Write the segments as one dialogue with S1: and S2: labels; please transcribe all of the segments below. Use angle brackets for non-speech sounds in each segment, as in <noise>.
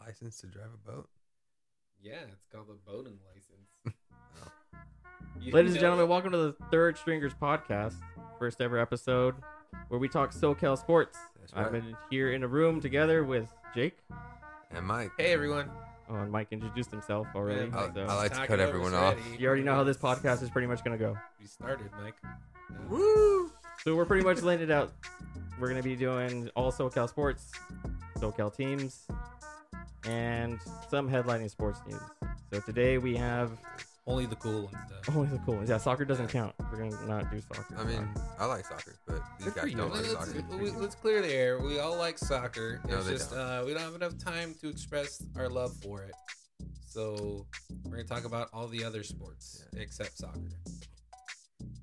S1: license to drive a boat?
S2: Yeah, it's called a boating
S1: <laughs>
S2: license. You
S3: Ladies and
S2: know
S3: gentlemen,
S2: it.
S3: welcome to the Third Stringers podcast, first ever episode where we talk SoCal sports.
S1: That's
S3: I'm
S1: right.
S3: in here in a room together with Jake.
S1: And Mike.
S2: Hey everyone. Um,
S3: Oh, and Mike introduced himself already.
S2: Yeah, Mike
S3: so.
S1: I like to
S2: Talking
S1: cut
S2: over
S1: everyone
S2: us
S1: off.
S2: already.
S3: you already know how this podcast is pretty much going to go.
S2: You started, Mike. Uh,
S1: Woo!
S3: So we're pretty much laying it out. We're going to be doing all SoCal sports, SoCal teams, and some headlining sports news. So today we have <laughs>
S2: Only the cool ones,
S1: Oh,
S2: though.
S3: only the cool ones. Yeah, soccer doesn't count. We're going to not do soccer.
S1: I mean, I like soccer, but these
S3: Good for
S1: guys
S3: you.
S1: don't like
S2: Let's,
S3: That's-
S1: soccer.
S2: we- let's clear the air. We all like soccer.
S1: No,
S2: it's
S1: they
S2: just
S1: don't.
S2: Uh, we don't have enough time to express our love for it. So we're gonna talk about all the other sports except soccer.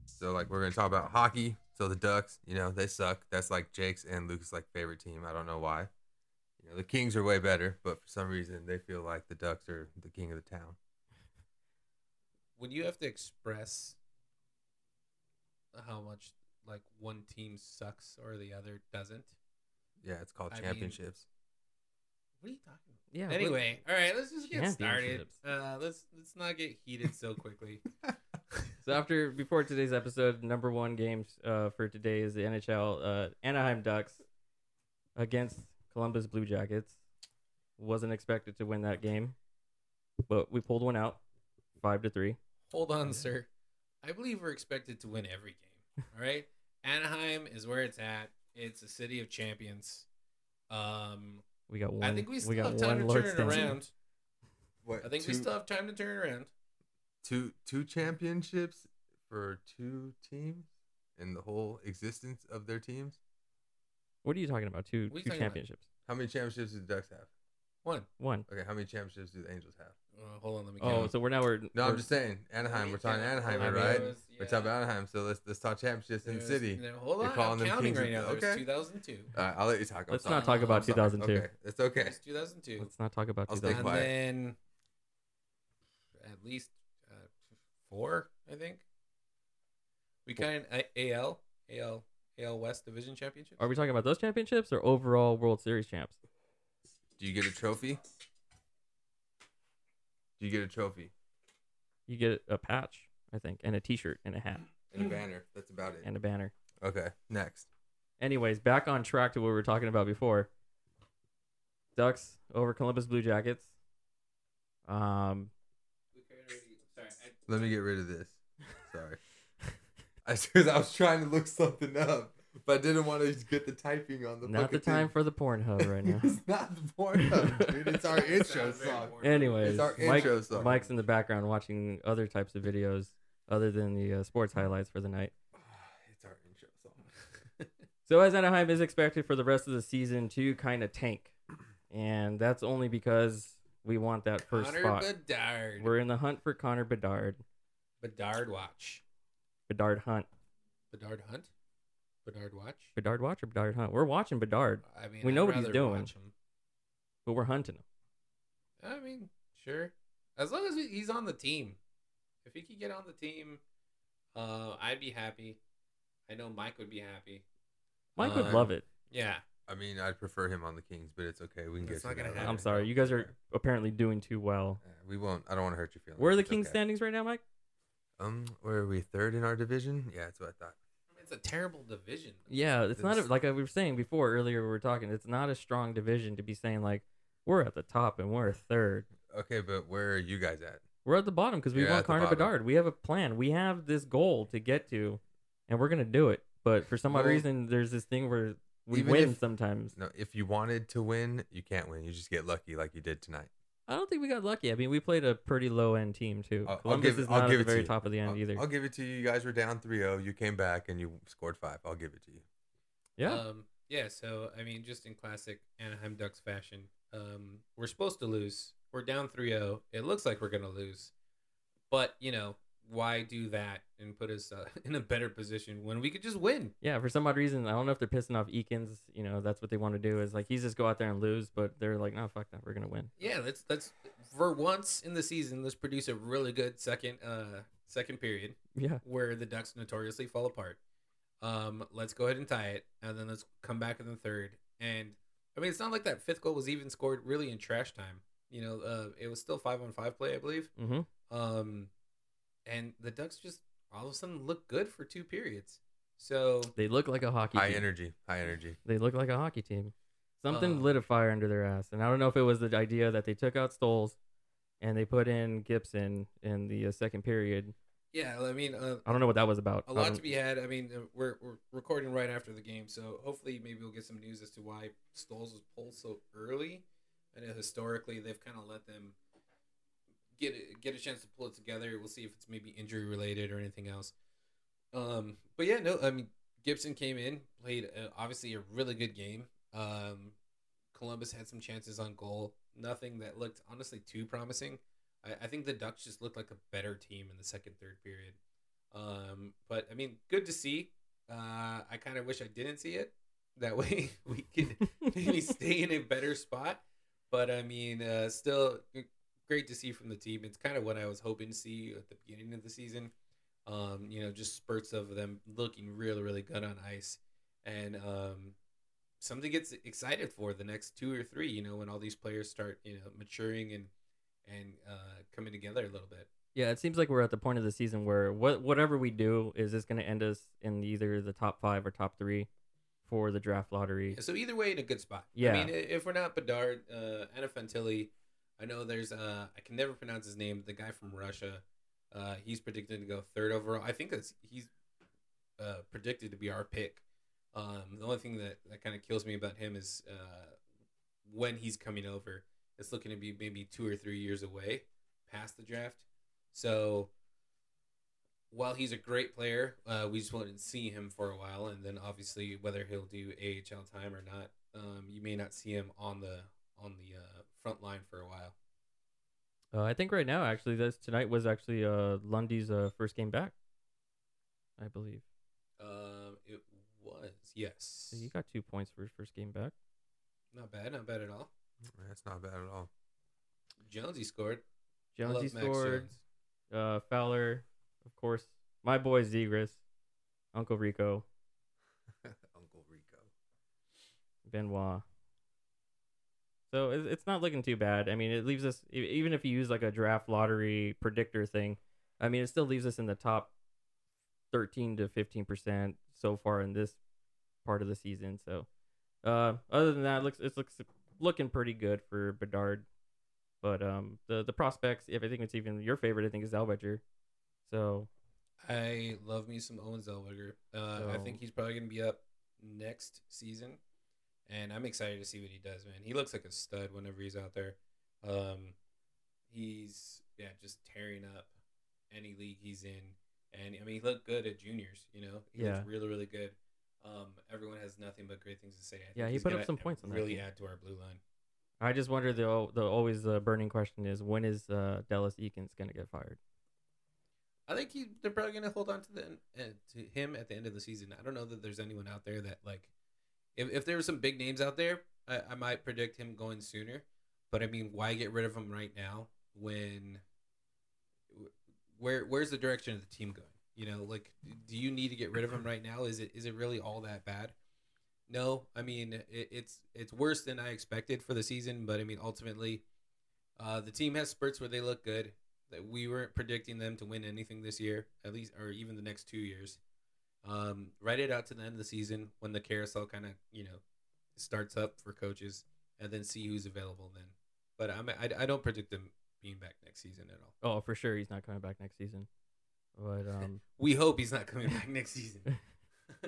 S1: So like we're gonna talk about hockey. So the Ducks, you know, they suck. That's like Jake's and Luke's like favorite team. I don't know why. You know, the Kings are way better, but for some reason they feel like the Ducks are the king of the town.
S2: When you have to express how much like one team sucks or the other doesn't,
S1: Yeah, it's called
S2: I mean-
S1: championships.
S2: what are you talking about?
S3: yeah. but-
S2: anyway, all right, let's just get started.
S3: Championships.
S2: Uh, let's let's not get heated
S3: <laughs>
S2: so quickly.
S3: So after before today's episode, number one game uh, for today is the NHL uh, Anaheim Ducks against Columbus Blue Jackets. Wasn't expected to win that game, but we pulled one out, five to three.
S2: Hold on, sir. I believe we're expected to win every
S3: <laughs>
S2: game. All right. Anaheim is where it's at. It's a city of champions. Um,
S3: We got one.
S2: I think we still
S3: got
S2: have time to
S3: one Lord
S2: turn it
S3: Stanley.
S2: around.
S1: What?
S2: I think we still have time to turn it around.
S1: two two championships for two teams in the whole existence of their teams.
S3: What are you talking about? Two
S2: What are you
S3: two
S2: talking about?
S3: championships.
S1: How many championships do the Ducks have?
S2: One.
S3: One.
S1: Okay, how many championships do the Angels have?
S2: Uh, hold on, let me.
S3: Oh,
S2: count.
S3: so we're now we're
S1: No,
S3: we're-
S1: I'm just saying Anaheim. We're talking Anaheim,
S3: I
S1: here,
S3: mean,
S1: right?
S3: it
S2: was-
S1: We're talking
S2: yeah.
S1: about Anaheim, so let's let's talk championships in the
S2: There's-
S1: city.
S2: no, hold
S1: They're
S2: on,
S1: calling
S2: I'm
S1: them
S2: counting
S1: kings of-
S2: right now. There's
S1: okay.
S2: 2002.
S1: All right, I'll let you talk. I'm
S3: Let's
S1: sorry.
S3: not talk about
S1: I'm sorry.
S3: 2002.
S1: Okay, it's okay.
S2: There's 2002.
S3: Let's not talk about
S1: I'll
S3: two.
S1: stay
S2: and
S1: quiet.
S2: then at least uh, four, I think. We kind of AL AL AL West Division Championship.
S3: Are we talking about those championships or overall World Series champs?
S1: Do you get a trophy? Do you get a trophy
S3: You get a patch, I think, and a T-shirt and a hat
S1: and a banner? That's about it.
S3: Mm. and a banner.
S1: Okay, next.
S3: anyways, back on track to what we were talking about before. Ducks over Columbus Blue Jackets. Um,
S1: Let me get rid of this.
S3: <laughs>
S1: Sorry, I because I was trying to look something up, but I didn't want to get the typing on the.
S3: not
S1: fucking
S3: the time
S1: thing.
S3: for the Pornhub right now.
S1: <laughs> it's not the Pornhub, dude. <laughs> It's
S3: <laughs>
S1: our intro song. <sighs>
S3: anyways,
S1: It's our
S3: Mike,
S1: intro song.
S3: Mike's in the background watching other types of videos other than the uh, sports highlights for the night.
S1: It's our intro song.
S3: <laughs> So as Anaheim is expected for the rest of the season to kind of tank, and that's only because we want that first
S2: Connor
S3: spot.
S2: Bedard.
S3: We're in the hunt for Connor Bedard.
S2: Bedard Watch.
S3: Bedard Hunt.
S2: Bedard Hunt. Bedard Watch.
S3: Bedard Watch or Bedard Hunt? We're watching Bedard,
S2: I mean,
S3: We know what he's
S2: rather
S3: doing.
S2: watch him.
S3: but we're hunting him.
S2: I mean, sure. As long as we, he's on the team, if he could get on the team, uh, I'd be happy. I know Mike would be happy.
S3: Mike
S1: Uh,
S3: would
S2: Um,
S3: love it.
S2: Yeah.
S1: I mean, I'd prefer him on the Kings, but it's okay. We can
S2: That's
S1: get.
S2: not
S1: to
S2: gonna
S1: that.
S2: happen.
S3: I'm sorry, you guys are apparently doing too well.
S1: Uh, We won't. I don't want to hurt your feelings.
S3: Where are the
S1: It's
S3: Kings
S1: okay.
S3: standings right now, Mike?
S1: Um, where are we? Third in our division? Yeah, that's what I thought.
S2: I mean, it's a terrible division.
S3: Yeah, it's not a,
S1: It's-
S3: like I- we were saying before earlier. We were talking. It's not a strong division to be saying like we're at the top and we're third.
S1: Okay, but where are you guys at?
S3: We're at the bottom because we
S1: Yeah, at
S3: want
S1: the
S3: Connor
S1: bottom.
S3: Bedard. We have a plan. We have this goal to get to, and we're gonna do it. But for some odd
S1: Well,
S3: reason, there's this thing where we
S1: even
S3: win
S1: if-
S3: sometimes.
S1: No, if you wanted to win, you can't win. You just get lucky, like you did tonight.
S3: I don't think we got lucky. I mean, we played a pretty low end team too.
S1: I'll- I'll
S3: Columbus
S1: give-
S3: is
S1: I'll
S3: not
S1: give
S3: at
S1: it
S3: the
S1: to
S3: very
S1: you.
S3: top of the end
S1: I'll,
S3: either.
S1: I'll give it to you. You guys were down 3-0. You came back and you scored five. I'll give it to you.
S3: yeah,
S2: Um, yeah. So I mean, just in classic Anaheim Ducks fashion, um, we're supposed to lose. We're down 3-0. It looks like we're gonna lose, but you know why do that and put us uh, <laughs> in a better position when we could just win?
S3: Yeah, for some odd reason, I don't know if they're pissing off Eakins. You know, that's what they want to do is like he's just go out there and lose, but they're like, no, fuck that, we're gonna win. <laughs>
S2: Yeah, let's let's for once in the season, let's produce a really good second uh second period
S3: Yeah,
S2: where the Ducks notoriously fall apart. Um, let's go ahead and tie it, and then let's come back in the third. And I mean, it's not like that fifth goal was even scored really in trash time. You know, uh, it was still five on five play, I believe.
S3: Mm-hmm.
S2: Um, and the Ducks just all of a sudden looked good for two periods. So
S3: They look like a hockey.
S1: High
S3: team.
S1: energy. High energy.
S3: They look like a hockey team. Something
S2: Uh,
S3: lit a fire under their ass, and I don't know if it was the idea that they took out Stoles and they put in Gibson in the uh, second period.
S2: yeah, I mean, uh,
S3: I don't know what that was about. Um,
S2: a
S3: I
S2: lot
S3: don't-
S2: to
S3: <laughs>
S2: be <laughs> had. I mean, uh, we're, we're recording right after the game, so hopefully maybe we'll get some news as to why Stoles was pulled so early. I know historically they've kind of let them get a, get a chance to pull it together. We'll see if it's maybe injury related or anything else. Um, but yeah, no, I mean Gibson came in, played uh obviously a really good game. Um, Columbus had some chances on goal, nothing that looked honestly too promising. I, I think the Ducks just looked like a better team in the second third period. Um, but I mean, good to see. Uh, I kind of wish I didn't see it. That way <laughs> we could <laughs> maybe stay in a better spot. But I mean, uh, still g- great to see from the team. It's kind of what I was hoping to see at the beginning of the season. Um, you know, just spurts of them looking really, really good on ice, and um, something gets excited for the next two or three. You know, when all these players start, you know, maturing and and uh, coming together a little bit.
S3: Yeah, it seems like we're at the point of the season where what whatever we do is this going to end us in either the top five or top three for the draft lottery.
S2: Yeah, So either way, in a good spot.
S3: Yeah.
S2: I mean, i- if we're not Bedard, uh, Anna Fantilli, I know there's uh, I can never pronounce his name. The guy from Russia, uh, he's predicted to go third overall. I think that's he's uh, predicted to be our pick. Um, the only thing that, that kind of kills me about him is uh, when he's coming over. It's looking to be maybe two or three years away past the draft. So while he's a great player, uh, we just want to see him for a while, and then obviously whether he'll do AHL time or not, um, you may not see him on the on the uh, front line for a while.
S3: Uh, I think right now, actually, this tonight was actually uh, Lundy's uh, first game back, I believe.
S2: Um, it was yes,
S3: So he got two points for his first game back.
S2: not bad, not bad at all.
S1: That's not bad at all. <laughs>
S2: Jonesy scored. I
S3: Jonesy
S2: love Max
S3: scored.
S2: Jones.
S3: Uh, Fowler, of course. My boy Zegris, Uncle Rico,
S1: Uncle Rico.
S3: Benoit. So it- it's not looking too bad. I mean, it leaves us e- even if you use like a draft lottery predictor thing. I mean, it still leaves us in the top thirteen to fifteen percent so far in this part of the season. So uh, other than that, it looks it looks looking pretty good for Bedard. But um, the the prospects, if I think it's even your favorite, I think is Zellweger. So
S2: I love me some Owen Zellweger. Uh, I
S3: So-
S2: think he's probably gonna be up next season, and I'm excited to see what he does, man. He looks like a stud whenever he's out there. Um, he's yeah, just tearing up any league he's in, and I mean, he looked good at juniors. You know, he
S3: Yeah.
S2: looked really, really good. Um, everyone has nothing but great things to say. I
S3: Yeah,
S2: think
S3: he
S2: he's
S3: put up
S2: gonna
S3: some points on that
S2: Really
S3: team.
S2: add to our blue line.
S3: I just wonder the the always uh, burning question is when is uh, Dallas Eakins gonna get fired?
S2: I think he, they're probably going to hold on to the uh, to him at the end of the season. I don't know that there's anyone out there that like, if, if there were some big names out there, I, I might predict him going sooner. But I mean, why get rid of him right now when? Where where's the direction of the team going? You know, like, do you need to get rid of him right now? Is it is it really all that bad? No, I mean it, it's it's worse than I expected for the season. But I mean, ultimately, uh, the team has spurts where they look good that we weren't predicting them to win anything this year, at least, or even the next two years. Um, write it out to the end of the season when the carousel kind of you know starts up for coaches, and then see who's available then. But I'm, I I don't predict them being back next season at all.
S3: Oh, for sure, he's not coming back next season. But um,
S2: We hope he's not coming <laughs> back next season.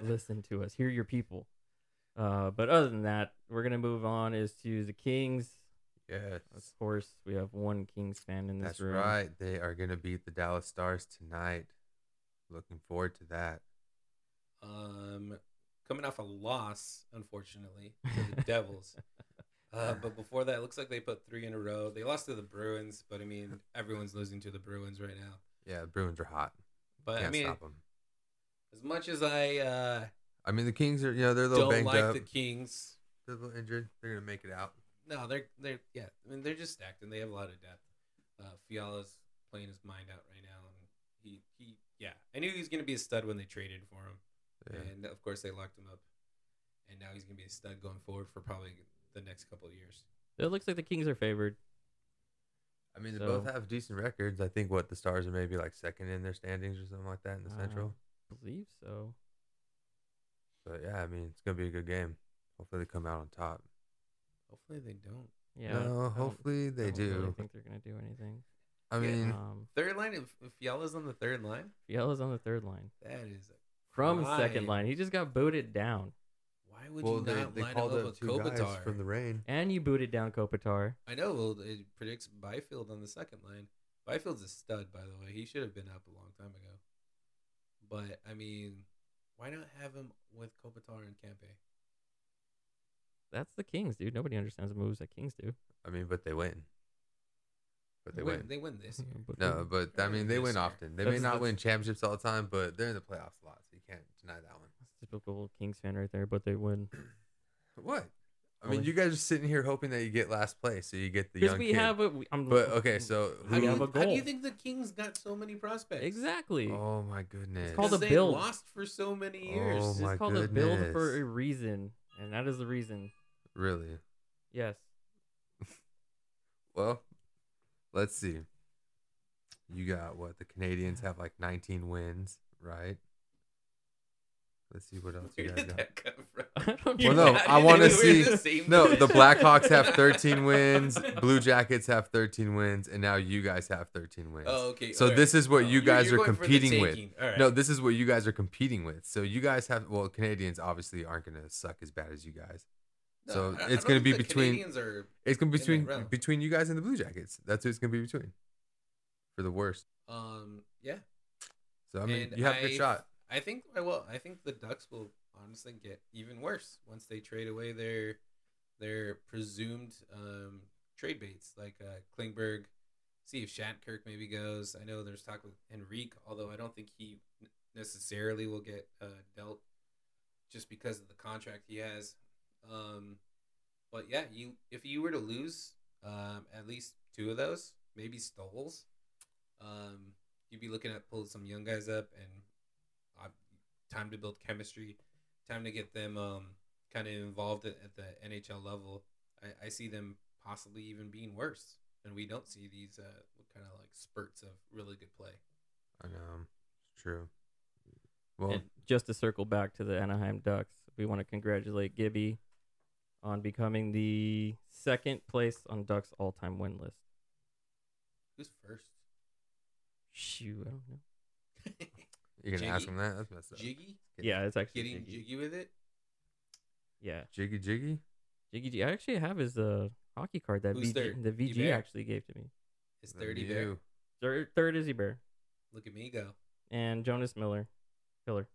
S3: listen to us, hear your people. Uh, but other than that, we're gonna move on is to the Kings.
S1: Yes.
S3: Of course, we have one Kings fan in this
S1: That's
S3: room.
S1: right. They are going to beat the Dallas Stars tonight. Looking forward to that.
S2: um, coming off a loss, unfortunately, to the Devils. Uh, but before that, it looks like they put three in a row. They lost to the Bruins, but I mean, everyone's losing to the Bruins right now.
S1: Yeah, the Bruins are hot.
S2: But
S1: Can't
S2: I mean,
S1: stop them.
S2: as much as I uh,
S1: I mean, the Kings are, you know, they're a little
S2: don't
S1: banged
S2: like
S1: up.
S2: the Kings,
S1: They're a little injured. They're going to make it out.
S2: no, they're they're yeah, I mean they're just stacked and they have a lot of depth. Uh, Fiala's playing his mind out right now, and he he yeah, I knew he was gonna be a stud when they traded for him,
S1: Yeah.
S2: and of course they locked him up, and now he's gonna be a stud going forward for probably the next couple of years.
S3: It looks like the Kings are favored.
S1: I mean, they both
S3: So-
S1: have decent records. I think what the Stars are maybe like second in their standings or something like that in the
S3: Uh,
S1: Central.
S3: believe so.
S1: But yeah, I mean, it's gonna be a good game. Hopefully, they come out on top.
S2: Hopefully they don't.
S3: Yeah. I
S1: no,
S3: don't- I don't-
S1: hopefully
S3: I
S1: they
S3: don't really
S1: do.
S3: think they're gonna do anything.
S1: I
S2: Yeah.
S1: mean,
S3: Um,
S2: Third line, if, if Fiala's on the third line,
S3: Fiala's on the third line
S2: that is.
S3: from second
S2: Right.
S3: line. He just got booted down,
S2: Why would
S1: well,
S2: you
S1: they,
S2: not
S1: they
S2: line up
S1: called up
S2: with
S1: two guys
S2: Kopitar?
S1: from the rain.
S3: and you booted down Kopitar.
S2: I know. Well, it predicts Byfield on the second line. Byfield's a stud, by the way. He should have been up a long time ago. But I mean, why not have him with Kopitar and Campe?
S3: That's the Kings, dude. Nobody understands the moves that Kings do.
S1: I mean, but they win. But they
S2: win.
S1: win.
S2: They win
S1: <laughs>
S2: this year.
S1: <laughs>
S3: But
S1: No, but I
S2: Or
S1: mean, they
S2: this
S1: win
S2: year.
S1: often. They may
S3: That's-
S1: not
S3: that's-
S1: win championships all the time, but they're in the playoffs a lot, so you can't deny that one.
S3: that's a typical Kings fan right there. But they win
S1: What? I mean,
S3: Only-
S1: you guys are sitting here hoping that you get last place, so you get the
S3: because
S1: young
S3: we
S1: kid.
S3: have a. We, I'm,
S1: but okay, so
S2: How
S3: How do
S2: do,
S3: you
S2: you,
S3: have a
S1: who?
S2: how do you
S3: goal?
S2: think the Kings got so many prospects?
S3: exactly.
S1: Oh my goodness!
S3: called
S2: Because
S3: a
S2: they
S3: build.
S2: lost for so many
S1: Oh
S2: years.
S3: It's
S1: my
S3: called a build for
S1: goodness.
S3: a reason, and that is the reason.
S1: Really?
S3: Yes. <laughs>
S1: Well, let's see. You got what? The Canadians have like 19 wins, right? Let's see what else you
S2: Where
S1: guys
S2: did
S1: got.
S2: that come from?
S3: I don't
S1: Well,
S3: know.
S2: <laughs>
S1: no, I
S3: <laughs>
S1: wanna see- <laughs>
S2: same
S1: No, the
S2: position.
S1: Blackhawks have
S2: <laughs>
S1: 13 wins. Blue Jackets have 13 wins, and now you guys have 13 wins.
S2: Oh, okay.
S1: So
S2: alright.
S1: this is what you
S2: Oh, you're-
S1: guys
S2: you're
S1: are
S2: going for the
S1: competing with.
S2: taking. Alright.
S1: No, this is what you guys are competing with. So you guys have well, Canadians obviously aren't going to suck as bad as you guys.
S2: No,
S1: so
S2: I- I
S1: it's
S2: don't
S1: gonna
S2: think
S1: be
S2: the
S1: between-
S2: Canadians are-
S1: It's going to be
S2: In that
S1: between
S2: realm.
S1: between you guys and the Blue Jackets. That's who it's going to be between. For the worst.
S2: um, yeah.
S1: So I mean,
S2: And
S1: you have a good
S2: I-
S1: shot.
S2: I think I will. I think the Ducks will honestly get even worse once they trade away their their presumed um, trade baits like uh, Klingberg. See if Shattenkirk maybe goes. I know there's talk with Enrique, although I don't think he necessarily will get uh, dealt just because of the contract he has. Um, but yeah, you if you were to lose um, at least two of those, maybe Stoles, um, you'd be looking at pulling some young guys up and uh, time to build chemistry, time to get them um, kind of involved at, at the NHL level. I, I see them possibly even being worse, and we don't see these uh, kind of like spurts of really good play.
S1: I know. It's true. Well,
S3: And just to circle back to the Anaheim Ducks, we want to congratulate Gibby on becoming the second place on Ducks all-time win list.
S2: Who's first?
S3: Shoo, I don't know.
S1: you're gonna ask
S2: Jiggy?
S1: him that? That's messed up.
S2: Jiggy,
S1: Get-
S3: Yeah, it's actually
S2: getting
S3: Jiggy.
S2: jiggy with it.
S3: Yeah,
S1: Jiggy Jiggy?
S3: Jiggy. G. I actually have his uh, hockey card that
S2: Who's
S3: VG,
S2: third?
S3: the VG
S2: Hebert?
S3: actually gave to me.
S2: It's
S1: Then
S2: thirty bear.
S1: you.
S3: Third, third is Bear
S2: Look at me go,
S3: and Jonas Miller, Hiller,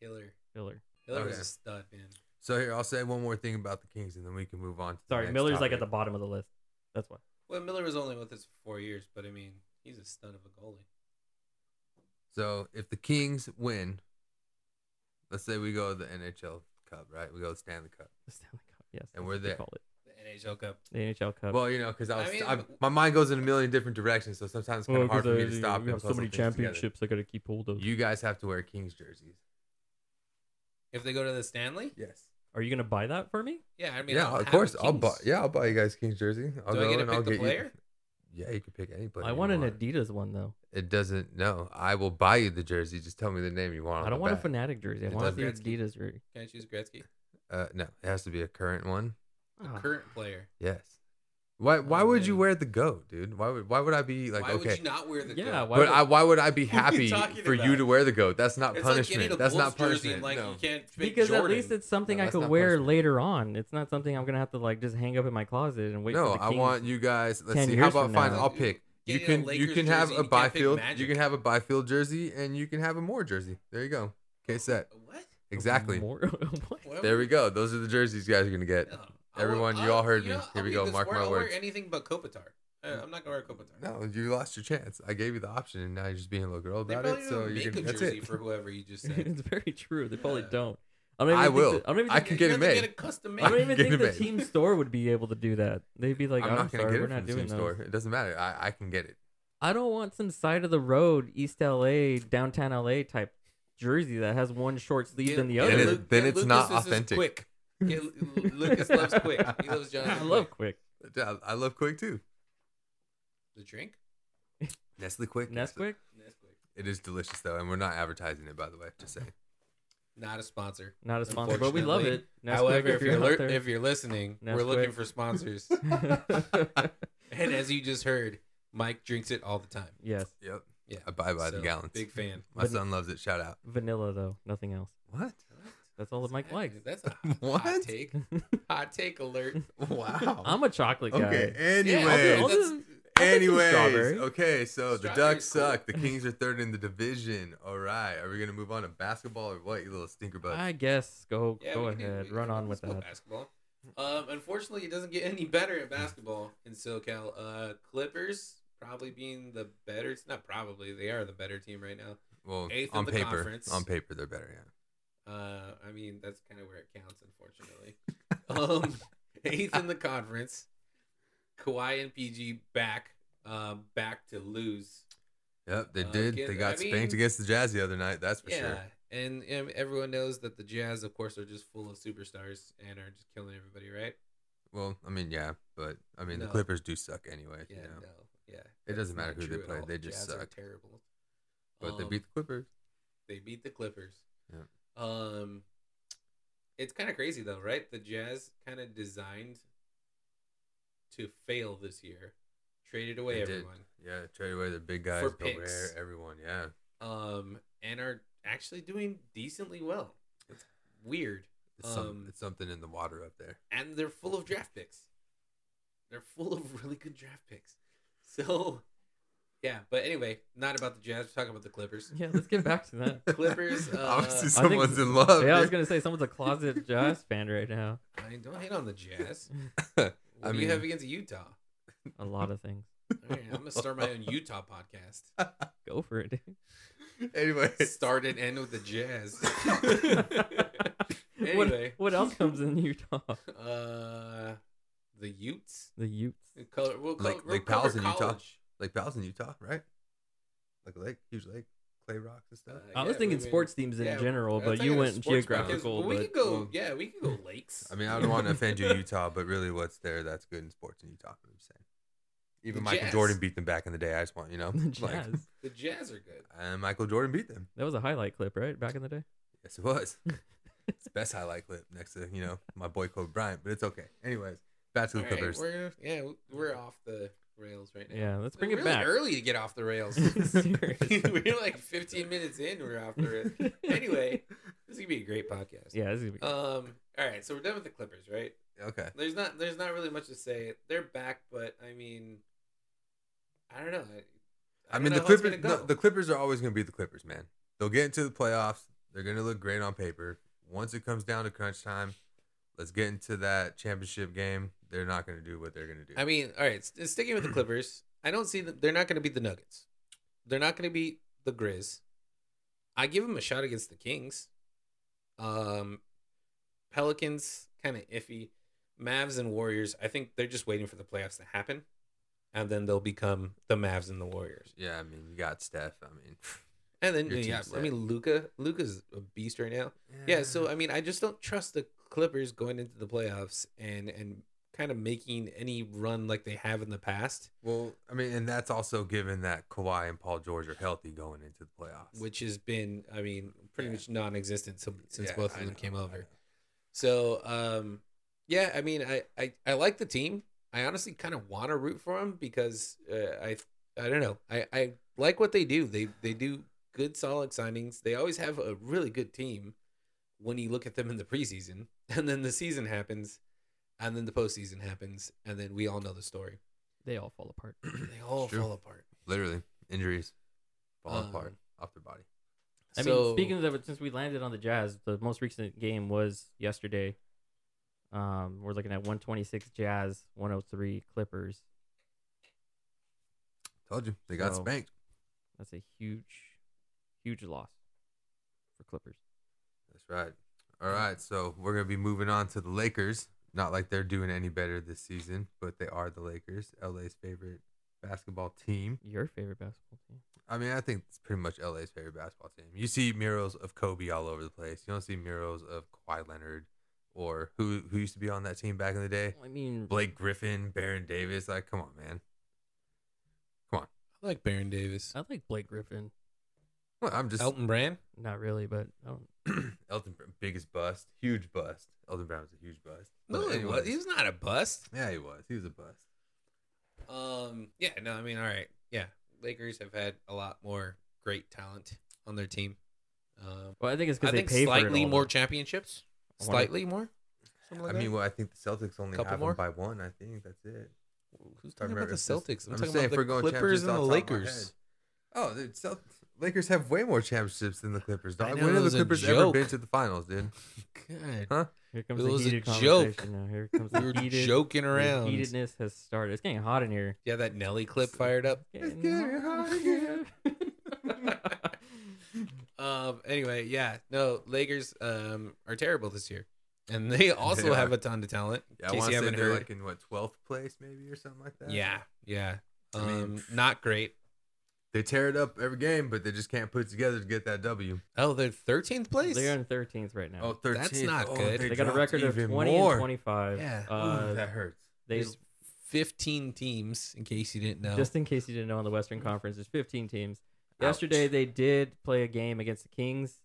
S2: Hiller.
S3: Hiller.
S2: Hiller was
S1: Okay.
S2: a stud, man.
S1: So here, I'll say one more thing about the Kings, and then we can move on. To the
S3: Sorry,
S1: next
S3: Miller's like
S1: topic.
S3: at the bottom of the list. That's why. <laughs>
S2: Well, Miller was only with us for four years, but I mean, he's a stud of a goalie.
S1: So if the Kings win, let's say we go to the NHL Cup, right? We go to the Stanley Cup.
S3: The Stanley Cup. Yes.
S1: And
S3: that's
S1: we're
S3: what they
S1: there.
S3: Call it.
S2: The NHL Cup.
S3: The NHL Cup.
S1: Well, you know, because I
S2: I
S1: was
S2: mean-
S1: I'm- my mind goes in a million different directions, so sometimes it's kind of hard for me to stop.
S3: Oh, We
S1: and
S3: have so
S1: puzzle
S3: many
S1: things together.
S3: championships. I gotta keep hold of.
S1: You guys have to wear Kings jerseys.
S2: If they go to the Stanley,
S1: Yes.
S3: Are you gonna buy that for me?
S2: yeah, I mean,
S1: yeah,
S2: I'll
S1: of
S2: have
S1: course.
S2: the
S1: I'll buy.
S2: Kings.
S1: Yeah, I'll buy you guys Kings jersey. I'll
S2: Do I
S1: go
S2: get to
S1: and I'll
S2: pick the
S1: get
S2: player?
S1: You, yeah, you can pick any player.
S3: I
S1: you
S3: want an
S1: want.
S3: Adidas one though.
S1: It doesn't. No, I will buy you the jersey. Just tell me the name you want. on
S3: I don't
S1: the
S3: want a
S1: back.
S3: fanatic jersey. I
S1: It
S3: want the
S2: doesn't-
S3: Adidas jersey.
S2: Can I choose Gretzky?
S1: Uh, no, it has to be a current one.
S2: The
S3: Ah.
S2: current player.
S1: Yes. Why? Why would you
S2: man.
S1: wear the goat, dude? Why would? Why would I be like
S2: why
S1: okay?
S2: would you not wear the
S3: Yeah,
S2: goat?
S3: why
S1: but
S3: would-
S1: I, why would I be
S2: <laughs> What are
S1: happy
S2: you talking
S1: for you
S2: about?
S1: to wear the goat? That's not
S2: It's
S1: punishment.
S2: like getting a
S1: That's
S2: Bulls
S1: not
S2: jersey
S1: punishment.
S2: and like
S1: no.
S2: you can't pick
S3: Because
S2: Jordan.
S3: at least it's something
S1: No,
S3: I
S1: that's
S3: could
S1: not
S3: wear
S1: punishment.
S3: later on. It's not something I'm gonna have to like just hang up in my closet and wait.
S1: no,
S3: for the
S1: I
S3: Kings.
S1: want you guys. Let's
S3: 10
S1: see. How
S3: years
S1: about
S3: from
S1: fine?
S3: now.
S1: I'll pick. You
S2: Getting a
S1: can you
S2: Lakers
S1: can have
S2: jersey,
S1: a
S2: you can't pick
S1: Byfield. You
S2: Magic.
S1: can have a Byfield jersey, and you can have a Moore jersey. There you go. Okay, set.
S2: What?
S1: Exactly.
S3: More- <laughs> what?
S2: Why
S1: There
S2: would-
S1: we go. Those are the jerseys you guys are gonna get.
S2: No. I
S1: Everyone,
S2: will-
S1: you all
S2: I'll-
S1: heard
S2: you
S1: me.
S2: know,
S1: Here we
S2: I'll
S1: go.
S2: be
S1: Mark
S2: this-
S1: my
S2: I'll
S1: words.
S2: wear anything but Kopitar. Uh, I'm not gonna wear Kopitar.
S1: No, you lost your chance. I gave you the option, and now you're just being a little girl
S2: They
S1: about
S2: probably
S1: it.
S2: don't
S1: So
S2: make
S1: you're
S2: a
S1: gonna. That's
S2: jersey
S1: it.
S2: for whoever you just said.
S3: it's very true.
S1: <sighs>
S3: They probably
S2: Yeah.
S3: don't. I, don't even
S1: I
S3: think
S1: will.
S3: The, I don't even
S1: I
S3: think,
S1: can
S2: You
S1: get it
S2: have to
S1: made.
S2: Get a custom
S1: <laughs>
S3: I don't
S2: made.
S1: can
S3: even
S1: get
S3: think
S1: it
S3: the
S1: made.
S3: team store would be able to do that. They'd be like,
S1: I'm
S3: "I'm,
S1: not gonna
S3: sorry,
S1: get
S3: we're
S1: it
S3: not
S1: from the
S3: doing
S1: same
S3: those."
S1: store. It doesn't matter. I, I can get it.
S3: I don't want some side of the road, East LA, downtown LA type jersey that has one short sleeve than the
S1: get
S3: other.
S1: it. then it's not
S2: Lucas's is
S1: authentic.
S2: Quick. Yeah, Lu- Lu- Lucas loves quick. He loves Jonathan.
S3: I love quick.
S1: uh, I, I love Quick too.
S2: the drink.
S1: Nestle Quick. It's-
S2: That's
S3: Nesquik.
S2: quick.
S1: It is delicious though, and we're not advertising it by the way. Just saying.
S2: Not a sponsor.
S3: Not a sponsor, but we love it. Nesquik,
S2: However, if you're,
S3: out
S2: lear-
S3: there.
S2: if you're listening, we're
S3: Nesquik.
S2: looking for sponsors. and as you just heard, Mike drinks it all the time.
S3: <laughs> yes,
S1: Yep.
S2: Yeah.
S1: I buy by the
S2: So,
S1: gallons.
S2: Big fan.
S1: My
S3: But-
S1: son loves it. Shout out.
S3: vanilla though, nothing else.
S1: What?
S3: That's all that Mike likes.
S2: That's a hot,
S1: <laughs> What?
S2: hot take. Hot take alert.
S1: <laughs>
S2: <laughs>
S1: Wow.
S3: I'm a chocolate guy.
S1: okay.
S2: Yeah, I'll do-
S1: Anyway.
S2: I'll do-
S3: Anyways.
S1: Anyways,
S3: strawberry.
S1: okay, so the
S2: Strawberry's
S1: Ducks
S2: cool.
S1: suck. The Kings are third in the division. All right, are we gonna move on to basketball or what? You little stinker butt.
S3: I guess go
S2: Yeah,
S3: go
S2: we can do-
S3: ahead,
S2: we-
S3: run on with
S2: let's go
S3: that.
S2: Basketball. Um, unfortunately, it doesn't get any better in basketball in SoCal. Uh, Clippers probably being the better. Not probably. They are the better team right now.
S1: well,
S2: eighth in
S1: on
S2: the
S1: paper,
S2: conference.
S1: on paper they're better. Yeah.
S2: Uh, I mean, that's kind of where it counts, unfortunately.
S1: <laughs>
S2: um, eighth in the conference. Kawhi and PG back, um, back to lose.
S1: Yep, they
S2: Uh,
S1: did.
S2: kid,
S1: they
S2: I
S1: got spanked
S2: mean-
S1: against the Jazz the other night. That's for
S2: yeah,
S1: sure.
S2: and, and everyone knows that the Jazz, of course, are just full of superstars and are just killing everybody, right?
S1: Well, I mean, yeah, but I mean the
S2: No.
S1: Clippers do suck anyway.
S2: Yeah,
S1: you know?
S2: no, yeah.
S1: It doesn't
S2: that's
S1: matter
S2: not
S1: who they
S2: true at
S1: play,
S2: all.
S1: they just
S2: Jazz are
S1: suck.
S2: terrible.
S1: but they
S2: Um,
S1: beat the Clippers.
S2: they beat the Clippers.
S1: Yeah.
S2: Um, it's kind of crazy though, right? The Jazz kind of designed to fail this year, traded away
S1: They did.
S2: everyone,
S1: Yeah, trade away their big guys.
S2: For
S1: Gobert,
S2: picks.
S1: everyone. Yeah,
S2: um, and are actually doing decently well. It's weird,
S1: it's, some-
S2: Um,
S1: it's something in the water up there.
S2: and they're full of draft picks. They're full of really good draft picks. So, yeah. But anyway, not about the Jazz. We're talking about the Clippers.
S3: Yeah, let's get back to
S2: <laughs>
S3: that.
S2: Clippers,
S1: <laughs>
S2: uh,
S1: Obviously,
S3: I think-
S1: someone's in
S2: Oh,
S1: love.
S3: Yeah,
S1: <laughs>
S3: I was
S1: dude.
S3: gonna say someone's
S2: <laughs>
S3: a closet Jazz fan right now.
S2: I mean, don't hate on the Jazz.
S1: <laughs> I
S2: What do
S1: mean-
S2: you have against Utah?
S3: A lot of things.
S2: All right, I'm gonna start my own Utah
S3: <laughs>
S2: podcast.
S3: Go for it.
S2: <laughs>
S1: <laughs> anyway,
S2: Start and end with the jazz. <laughs>
S3: dude.
S2: Anyway.
S3: <laughs> What, what else comes in Utah?
S2: uh, the Utes.
S3: The Utes.
S2: The Color, we'll call,
S1: Lake-
S2: we'll
S1: Lake
S2: cover
S1: Powell's in Utah.
S2: college.
S1: Lake Powell's in Utah, right? Like a lake, huge lake, clay rocks and stuff.
S2: Uh,
S3: I was
S2: yeah,
S3: thinking
S2: we- we-
S3: sports teams in
S2: yeah,
S3: general,
S2: I was
S3: but
S2: thinking
S3: you
S2: of
S3: went
S2: sports broadcast,
S3: geographical.
S2: but we
S3: But
S2: could go. <laughs>
S1: well-
S2: yeah, we could go lakes.
S1: I mean, I don't want to offend you, Utah, but really, what's there that's good in sports in Utah? I'm just saying. Even
S2: The
S1: Michael
S2: Jazz.
S1: Jordan beat them back in the day. I just want you know,
S3: the
S1: like,
S3: Jazz.
S2: <laughs> <laughs> the Jazz are good.
S1: and Michael Jordan beat them.
S3: That was a highlight clip, right? Back in the day.
S1: Yes, it
S2: <laughs>
S1: was. it's the best highlight clip next to you know my boy Kobe Bryant, but it's okay. Anyways, back to the
S2: All right,
S1: Clippers.
S2: we're yeah, we're off the rails right now.
S3: Yeah, let's bring it
S2: really
S3: back.
S2: Early to get off the
S3: <laughs>
S2: rails. <laughs>
S3: Serious.
S2: we're like 15 minutes in. We're off the rails.
S3: <laughs>
S2: Anyway, this is gonna be a great podcast.
S3: Yeah, this is gonna be
S2: Um. All right. So we're done with the Clippers, right?
S1: Okay,
S2: There's not. There's not really much to say. They're back, but I mean, I don't know.
S1: I,
S2: don't
S1: mean
S2: know
S1: the
S2: how it's
S1: Clippers.
S2: gonna
S1: No,
S2: go.
S1: the Clippers are always going to be the Clippers, man. They'll get into the playoffs. They're going to look great on paper. Once it comes down to crunch time, let's get into that championship game. They're not going to do what they're going to do.
S2: I mean, all right. st- Sticking with the Clippers, I don't see that they're not going to beat the Nuggets. They're not going to beat the Grizz. I give them a shot against the Kings. Um, Pelicans kind of iffy. Mavs and Warriors. I think they're just waiting for the playoffs to happen, and then they'll become the Mavs and the Warriors.
S1: yeah, I mean you got Steph. I mean, <laughs>
S2: And then
S1: Your
S2: yeah,
S1: team's
S2: I
S1: set.
S2: mean Luca. Luca's a beast right now. Yeah, so I mean, I just don't trust the Clippers going into the playoffs and and kind of making any run like they have in the past,
S1: well, I mean, and that's also given that Kawhi and Paul George are healthy going into the playoffs,
S2: which has been, I mean, pretty
S1: Yeah.
S2: much non-existent so- since
S1: Yeah,
S2: both of
S1: I
S2: them
S1: know,
S2: came
S1: I
S2: over.
S1: know.
S2: So, um, yeah, I mean, I, I, I like the team. I honestly kind of want to root for them because uh, I I don't know. I, I like what they do. They they do good solid signings. They always have a really good team when you look at them in the preseason, <laughs> and then the season happens, and then the postseason happens, and then we all know the story. <clears throat>
S3: they all fall apart.
S2: They all
S1: True.
S2: fall apart.
S1: Literally injuries, fall
S2: Um,
S1: apart off their body.
S3: I
S2: So-
S3: mean, speaking of it, since we landed on the Jazz, the most recent game was yesterday. Um, we're looking at 126 Jazz, 103 Clippers.
S1: Told you they got
S3: So-
S1: spanked.
S3: That's a huge, huge loss for Clippers.
S1: That's right. All right, so we're gonna be moving on to the Lakers. Not like they're doing any better this season, but they are the Lakers, LA's favorite basketball team.
S3: Your favorite basketball team?
S1: I mean, I think it's pretty much LA's favorite basketball team. You see murals of Kobe all over the place. You don't see murals of Kawhi Leonard or who who used to be on that team back in the day?
S3: I mean,
S1: Blake Griffin, Baron Davis. Like, come on, man.
S2: I like Baron Davis.
S3: I like Blake Griffin.
S1: Well, I'm Uh, just
S2: Elton Brand.
S3: Not really, but I don't.
S1: <clears throat> Elton Brown, biggest bust, huge bust. Elton Brown was a huge bust.
S2: No,
S1: But
S2: he was.
S1: anyways.
S2: He's not a bust.
S1: Yeah, he was. He was a bust.
S2: Um, yeah, no, I mean, all right, yeah. Lakers have had a lot more great talent on their team. Um,
S3: Well, I think it's
S2: I
S3: because they
S2: think
S3: pay for it
S2: slightly
S3: all,
S2: more
S3: though.
S2: championships.
S3: I wonder-
S2: Slightly more.
S1: I
S2: Something like
S1: mean,
S2: that.
S1: well, I think the Celtics only
S2: Couple
S1: have
S2: more?
S1: them by one. I think that's it. I
S2: who's talking about
S1: remember
S2: the
S1: it's just-
S2: Celtics? I'm,
S1: I'm
S2: talking
S1: saying if
S2: about
S1: we're
S2: the
S1: going
S2: Clippers
S1: champions
S2: and the
S1: off the top of my
S2: Lakers.
S1: head. Oh, the Celt- Lakers have way more championships than the Clippers. Dog.
S2: I know,
S1: When
S2: it
S1: have
S2: was
S1: the
S2: a
S1: Clippers ever been
S2: joke.
S1: to the finals, dude?
S2: God,
S3: Here comes
S2: It
S3: the
S2: was a
S3: heated
S2: joke.
S3: conversation now. Here comes
S2: we <laughs> were
S3: the heated.
S2: joking
S3: the
S2: around.
S3: heatedness has started. It's getting hot in here.
S2: Yeah, that Nelly clip fired up.
S1: It's getting hot again.
S2: <laughs> Um. Anyway, yeah, no, Lakers um are terrible this year, and <laughs> they also
S1: They
S2: have
S1: are.
S2: a ton of talent.
S1: Yeah, I
S2: Casey
S1: want to say
S2: haven't
S1: they're
S2: heard.
S1: like in what twelfth place, maybe or something like that.
S2: Yeah, yeah. Um,
S1: I mean,
S2: not great.
S1: they tear it up every game, but they just can't put it together to get that W.
S2: Oh, they're thirteenth place.
S3: They're in 13th right now.
S1: Oh, 13th.
S2: not
S1: Oh,
S2: good.
S3: they got a
S1: dropped
S3: record of
S1: even
S3: 20
S1: more.
S3: and 25.
S2: Yeah. Ooh,
S1: Ooh,
S3: Uh,
S1: that hurts.
S3: they
S2: There's fifteen teams. In case you didn't know,
S3: just in case you didn't know, in the Western Conference, there's 15 teams. Yesterday they did play a game against the Kings,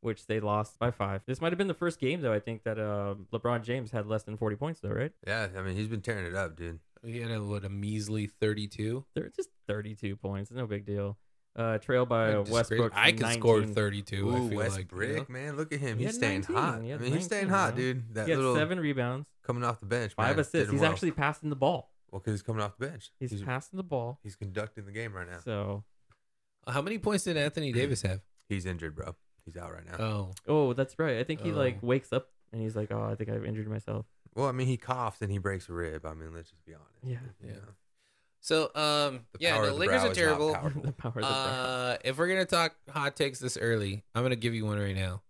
S3: which they lost by five. This might have been the first game though. I think that uh, LeBron James had less than 40 points though, right?
S1: Yeah, I mean he's been tearing it up, dude.
S2: we had a, what a measly thirty-two.
S3: They're just 32 points. No big deal. Uh, trail by
S2: I disagree.
S3: Westbrook.
S2: I could score
S3: 19.
S2: thirty-two. I
S1: Ooh,
S2: feel
S1: West
S2: like, you
S1: Brick, man, look at him.
S3: He
S1: He's
S3: had
S1: staying
S3: 19.
S1: hot. I
S3: He
S1: mean,
S3: had
S1: he's staying
S3: 19,
S1: hot,
S3: you know?
S1: dude. That
S3: He had
S1: little
S3: seven rebounds,
S1: coming off the bench,
S3: five
S1: man,
S3: assists.
S1: did
S3: He's
S1: well.
S3: actually passing the ball.
S1: well because he's coming off the bench.
S3: He's,
S1: He's he's,
S3: passing the ball.
S1: conducting the game right now.
S3: So,
S2: know? How many points did Anthony Davis have?
S1: He's injured, bro. He's out right now.
S2: Oh,
S3: oh, that's right. I think he like
S2: Oh.
S3: wakes up and he's like, "Oh, I think I've injured myself." <laughs>
S1: well, I mean, he coughs and he breaks a rib. I mean, let's just be honest.
S3: Yeah.
S1: You
S2: Yeah.
S1: know?
S2: so um,
S1: The
S2: yeah,
S1: power
S2: the
S1: of the
S2: Lakers
S1: brow
S2: are
S1: is not
S2: terrible.
S1: power.
S3: <laughs>
S1: Powerful.
S3: the power of the uh,
S2: Uh, if we're gonna talk hot takes this early, I'm gonna give you one right now.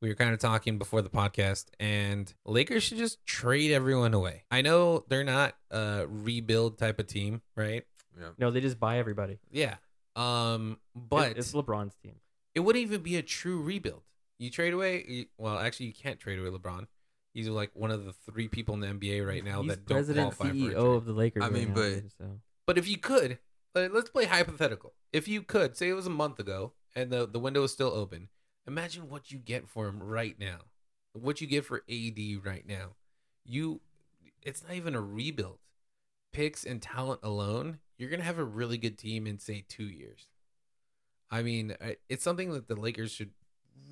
S2: We were kind of talking before the podcast, and Lakers should just trade everyone away. I know they're not a rebuild type of team, right?
S1: Yeah.
S3: No, they just buy everybody. It-
S2: Yeah. Um, but
S3: it's LeBron's team.
S2: it wouldn't even be a true rebuild. You trade away. You, well, actually, you can't trade away LeBron. He's like one of the three people in the NBA right now
S3: He's
S2: that don't
S3: president
S2: qualify for a
S3: CEO
S2: trade.
S3: of the Lakers.
S1: I
S3: right
S1: mean,
S3: now,
S1: but-
S3: dude, so.
S2: But if you could, let- let's play hypothetical. If you could, say it was a month ago and the, the window is still open, imagine what you get for him right now. What you get for AD right now. You it's not even a rebuild. Picks and talent alone, you're going to have a really good team in say 2 years. I mean, I- it's something that the Lakers should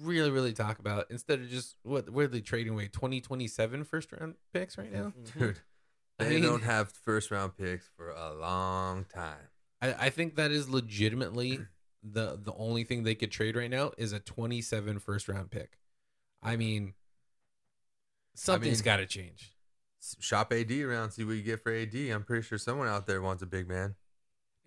S2: really really talk about instead of just what where are they trading away 2027 first round picks right now?
S1: Dude,
S2: Mm-hmm. I
S1: Mm-hmm. they
S2: mean-
S1: don't have first round picks for a long time.
S2: I, I think that is legitimately the the only thing they could trade right now is a 27 first round pick. I mean, something's
S1: mean-
S2: got to change.
S1: S- Shop AD around, see what you get for AD. I'm pretty sure someone out there wants a big man.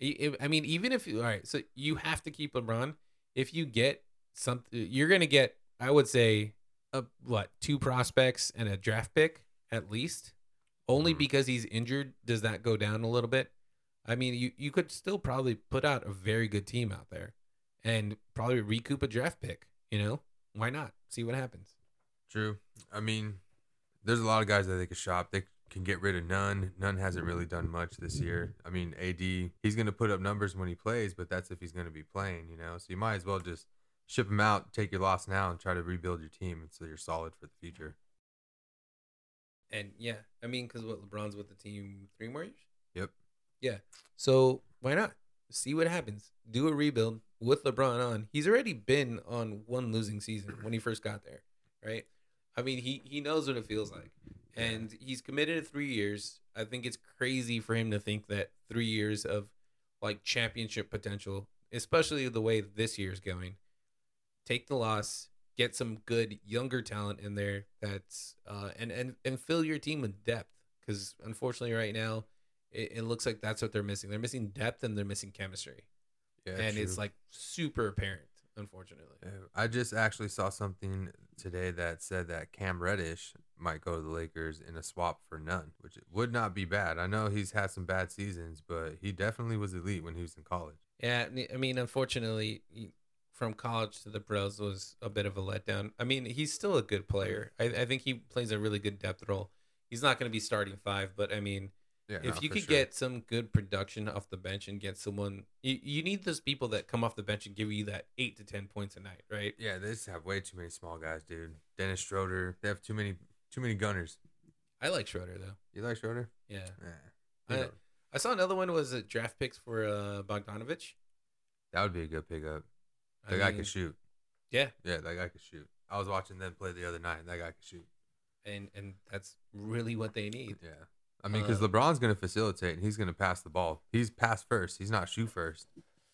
S2: I I mean, even E, if you, all right, so you have to keep LeBron. If you get something, you're gonna get. I would say, a, what two prospects and a draft pick at least. Only
S1: Mhm.
S2: because he's injured, does that go down a little bit? I mean, you you could still probably put out a very good team out there, and probably recoup a draft pick. You know, why not? See what happens.
S1: True. I mean, there's a lot of guys that they could shop. They can get rid of none. None hasn't really done much this year. I mean, AD, he's going to put up numbers when he plays, but that's if he's going to be playing, you know? So you might as well just ship him out, take your loss now, and try to rebuild your team so you're solid for the future.
S2: And yeah, I mean, because what LeBron's with the team three more years.
S1: Yep.
S2: Yeah. So why not see what happens? Do a rebuild with LeBron on. He's already been on one losing season when he first got there, right? I mean, he he knows what it feels like, and he's committed to three years. I think it's crazy for him to think that three years of like championship potential, especially the way this year's going. Take the loss, get some good younger talent in there that's uh, and and and fill your team with depth because unfortunately right now it, it looks like that's what they're missing. They're missing depth and they're missing chemistry,
S1: Yeah,
S2: and it's
S1: true.
S2: like super apparent, unfortunately.
S1: Yeah. I just actually saw something today that said that Cam Reddish might go to the Lakers in a swap for none, which would not be bad. I know he's had some bad seasons, but he definitely was elite when he was in college.
S2: Yeah, I mean, unfortunately, from college to the pros was a bit of a letdown. I mean, he's still a good player. I, I think he plays a really good depth role. He's not going to be starting five, but I mean,
S1: Yeah,
S2: if
S1: no,
S2: you
S1: for
S2: could
S1: sure.
S2: get some good production off the bench and get someone, you, you need those people that come off the bench and give you that eight to ten points a night, right?
S1: Yeah, they just have way too many small guys, dude. Dennis Schroeder. They have too many too many gunners.
S2: I like Schroeder though.
S1: You like Schroeder?
S2: Yeah,
S1: Yeah.
S2: I, I saw another one was uh, draft picks for uh, Bogdanovich.
S1: That would be a good pickup.
S2: I
S1: That guy
S2: mean,
S1: could shoot.
S2: yeah,
S1: Yeah, that guy could shoot. I was watching them play the other night, and that guy could shoot.
S2: and and that's really what they need.
S1: Yeah. I mean, because
S2: Uh,
S1: LeBron's going to facilitate and he's going to pass the ball. He's pass first. He's not shoot first.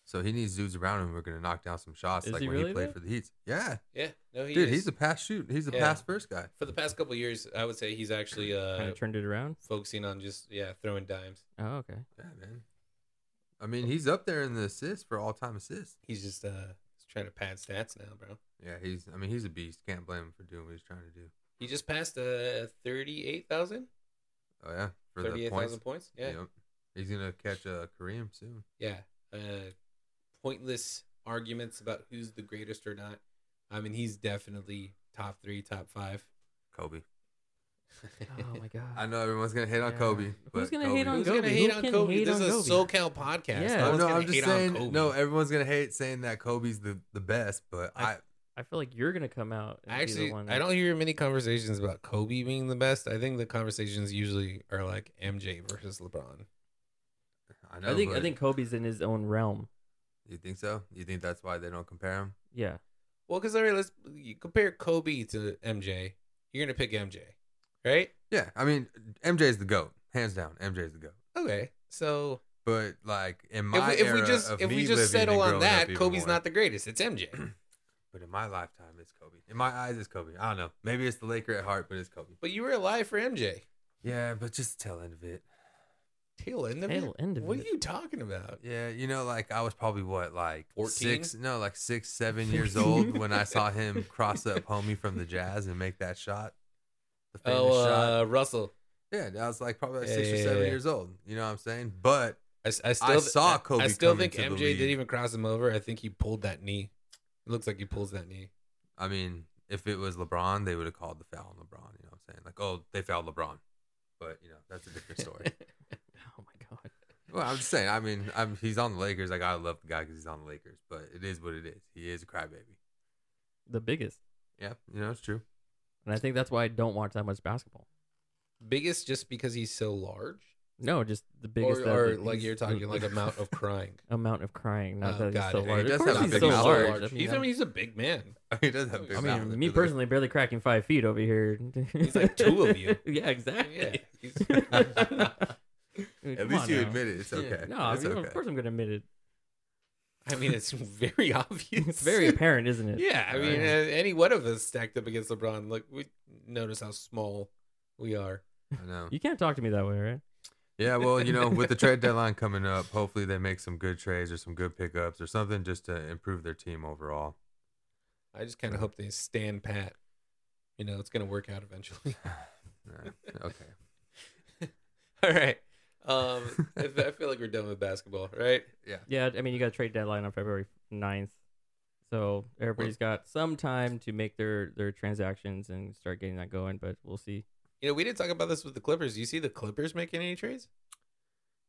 S1: So he needs dudes around him who are going to knock down some shots
S3: Is
S1: like
S3: he
S1: when
S3: really
S1: he played
S3: though?
S1: for the Heat. Yeah.
S2: Yeah, no, he
S1: Dude,
S2: is.
S1: he's a pass shoot. He's a
S2: Yeah.
S1: pass first guy.
S2: for the past couple of years, I would say he's actually
S3: kind
S2: uh,
S3: of turned it around.
S2: focusing on just yeah throwing dimes. <laughs>
S3: Oh, okay.
S1: Yeah, man. I mean, he's up there in the assists for all time assists.
S2: He's just uh he's trying to pad stats now, bro.
S1: Yeah, he's, I mean, he's a beast. Can't blame him for doing what he's trying to do.
S2: He just passed uh 38,000
S1: Oh, yeah. For the
S2: 38,000
S1: points.
S2: points. Yeah.
S1: Yep. He's going to catch uh, Kareem soon.
S2: Yeah. Uh pointless arguments about who's the greatest or not. I mean, he's definitely top 3, top 5.
S1: Kobe.
S2: <laughs>
S3: Oh my god.
S1: I know everyone's going to hate on
S3: Yeah.
S1: Kobe.
S3: Who's
S1: but
S3: gonna hate
S1: Kobe-
S3: on
S2: Who's going to
S3: Kobe.
S2: hate
S3: Who
S2: on
S3: can
S2: Kobe?
S3: hate
S2: this
S3: on
S2: is
S3: Kobe?
S2: a SoCal podcast.
S3: Yeah.
S2: No
S1: Oh,
S2: one's
S1: no,
S2: gonna
S1: I'm just
S2: hate
S1: saying.
S2: on Kobe.
S1: No, everyone's gonna hate saying that Kobe's the the best, but
S3: I-
S1: I,
S3: I feel like you're gonna come out. And
S2: I
S3: be the
S2: actually
S3: one
S2: I don't hear many conversations about Kobe being the best. I think the conversations usually are like MJ versus LeBron.
S1: I
S3: that-
S1: know.
S3: I think I
S1: but-
S3: think Kobe's in his own realm.
S1: You think so? You think that's why they don't compare him?
S3: Yeah.
S2: Well, because all right, let's you compare Kobe to MJ. You're gonna pick MJ, right?
S1: Yeah, I mean, MJ's the goat, hands down. MJ's the goat.
S2: Okay, so
S1: But like in
S2: if
S1: my
S2: we, if we
S1: era
S2: just
S1: of
S2: if
S1: me
S2: we
S1: living
S2: just settle
S1: and
S2: on
S1: growing up
S2: that,
S1: even
S2: Kobe's
S1: more,
S2: not the greatest. It's MJ.
S1: But in my lifetime, it's Kobe. In my eyes, it's Kobe. I don't know. Maybe it's the Laker at heart, but it's Kobe.
S2: <clears throat> but you were alive for MJ.
S1: Yeah, but just the tail end of it.
S2: Tail end of
S3: Tail
S2: it.
S3: end of
S2: what
S3: it.
S2: are you talking about?
S1: Yeah, you know, like I was probably what, like
S2: 14?
S1: six? No, like six, seven years
S2: <laughs>
S1: old when I saw him cross up homie from the Jazz and make that shot. The famous
S2: Oh,
S1: shot.
S2: uh, Russell.
S1: Yeah, I was like probably like
S2: Yeah,
S1: six or
S2: yeah,
S1: seven
S2: yeah.
S1: years old. You know what I'm saying? But
S2: I, s- I still th-
S1: saw
S2: I- I
S1: Kobe
S2: still
S1: come
S2: think
S1: into the
S2: MJ didn't
S1: league.
S2: even cross him over. I think he pulled that knee. It looks like he pulls that knee.
S1: I mean, if it was LeBron, they would have called the foul on LeBron. You know what I'm saying? Like, oh, they fouled LeBron. But you know, that's a different
S2: <laughs>
S1: story.
S3: <laughs> Oh my god.
S1: well, I'm just saying. I mean, I'm, he's on the Lakers. Like, I love the guy because he's on the Lakers. But it is what it is. He is a crybaby.
S3: The biggest.
S1: Yeah, you know it's true.
S3: And I think that's why I don't watch that much basketball.
S2: Biggest just because he's so large,
S3: No, just the biggest. that-
S2: or, or
S3: the-
S2: like you're talking like
S3: the
S2: amount <laughs> of crying.
S3: <laughs> amount of crying. Not
S2: Oh,
S3: that he's
S2: got
S3: so
S2: it. He
S3: large.
S1: does
S3: of
S1: have
S3: course
S1: a
S3: he's
S1: big
S3: so
S1: mouth.
S3: large. I mean,
S2: He's, I mean, he's a big man. <laughs>
S1: <laughs> He does have a big
S3: Oh, I
S2: he's
S1: mouth.
S2: not.
S3: mean, me personally barely cracking five feet over here.
S2: He's like two of you.
S3: <laughs> yeah,
S2: Yeah. <laughs>
S3: exactly. <laughs>
S2: he's-
S1: At least you admit it. It's
S2: Yeah.
S1: okay.
S3: No, I
S1: it's
S3: mean,
S1: okay.
S3: of course I'm gonna admit it.
S2: I mean, it's <laughs> very obvious.
S3: It's very apparent, isn't it?
S2: Yeah, I mean,
S3: Right.
S2: uh, any one of us stacked up against LeBron, look, we notice how small we are.
S1: I know.
S3: You can't talk to me that way, right?
S1: <laughs> Yeah, well, you know, with the
S3: <laughs>
S1: trade deadline coming up, hopefully they make some good trades or some good pickups or something just to improve their team overall.
S2: I just kind of hope they stand pat. You know, it's gonna work out eventually. <laughs>
S3: <laughs>
S1: Yeah, okay.
S2: All right. Um, I fe- I feel like we're done with basketball, right?
S1: Yeah.
S3: Yeah, I mean, you got a trade deadline on February 9th. So everybody's got some time to make their, their transactions and start getting that going, but we'll see.
S2: You know, we didn't talk about this with the Clippers. Do you see the Clippers making any trades?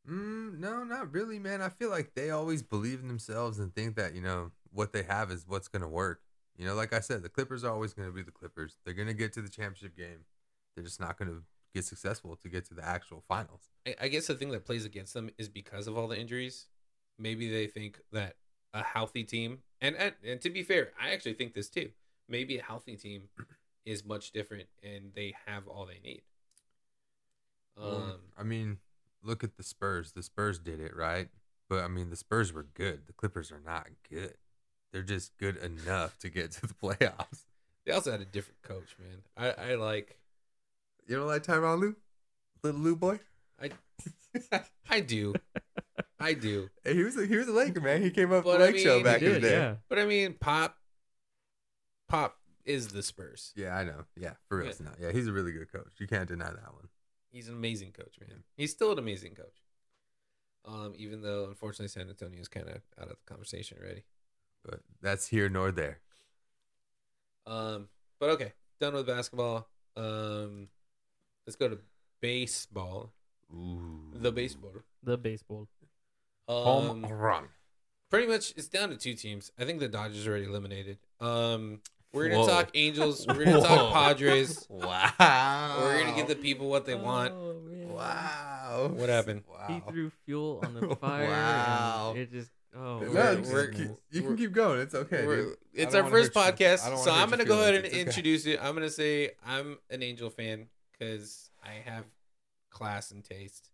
S1: Mm, no, not really, man. I feel like they always believe in themselves and think that, you know, what they have is what's going to work. You know, like I said, the Clippers are always going to be the Clippers. They're going to get to the championship game. They're just not going to get successful to get to the actual finals.
S2: I, I guess the thing that plays against them is because of all the injuries. Maybe they think that a healthy team, and and, and to be fair, I actually think this too. Maybe a healthy team is much different, and they have all they need.
S1: Well,
S2: Um,
S1: I mean, look at the Spurs. The Spurs did it, right? But I mean, the Spurs were good. The Clippers are not good. They're just good enough to get to the <laughs> playoffs.
S2: they also had a different coach, man. I, I like,
S1: You don't like Tyronn Lue? Little Lou boy?
S2: I do, I do.
S1: Hey, he was a, he was a Laker, man. He came up
S2: But
S1: the
S2: I
S1: Lake Show
S2: mean,
S1: back
S3: He
S1: in
S3: did,
S1: the day.
S3: yeah.
S2: But I mean, Pop, Pop is the Spurs.
S1: Yeah, I know. Yeah, for real,
S2: Yeah.
S1: it's not. Yeah, he's a really good coach. You can't deny that one.
S2: He's an amazing coach, man. He's still an amazing coach. Um, even though unfortunately San Antonio's kind of out of the conversation already.
S1: But that's here nor there.
S2: Um, but okay, done with basketball. Um, let's go to baseball.
S1: Ooh.
S2: The baseball.
S3: The baseball.
S1: home
S2: Um,
S1: run.
S2: <laughs> pretty much, it's down to two teams. I think the Dodgers are already eliminated. Um, we're gonna
S1: Whoa.
S2: talk Angels. We're gonna
S1: <laughs>
S2: talk
S1: Whoa.
S2: Padres.
S1: Wow.
S2: We're gonna give the people what they want.
S3: Oh, man.
S1: Wow.
S2: What happened?
S3: He
S1: Wow.
S3: threw fuel
S1: <laughs>
S3: on the fire.
S1: Wow.
S3: and It just. Oh.
S1: No,
S2: We're-
S1: you can
S2: we're-
S1: keep- you can
S2: we're-
S1: keep going. It's okay.
S2: We're-
S1: dude.
S2: it's
S1: don't
S2: our
S1: wanna
S2: first
S1: hurt you. I
S2: podcast,
S1: don't wanna
S2: so
S1: hurt
S2: I'm
S1: your
S2: gonna go ahead and
S1: feelings. It's okay.
S2: introduce it. I'm gonna say I'm an Angel fan because I have class and taste.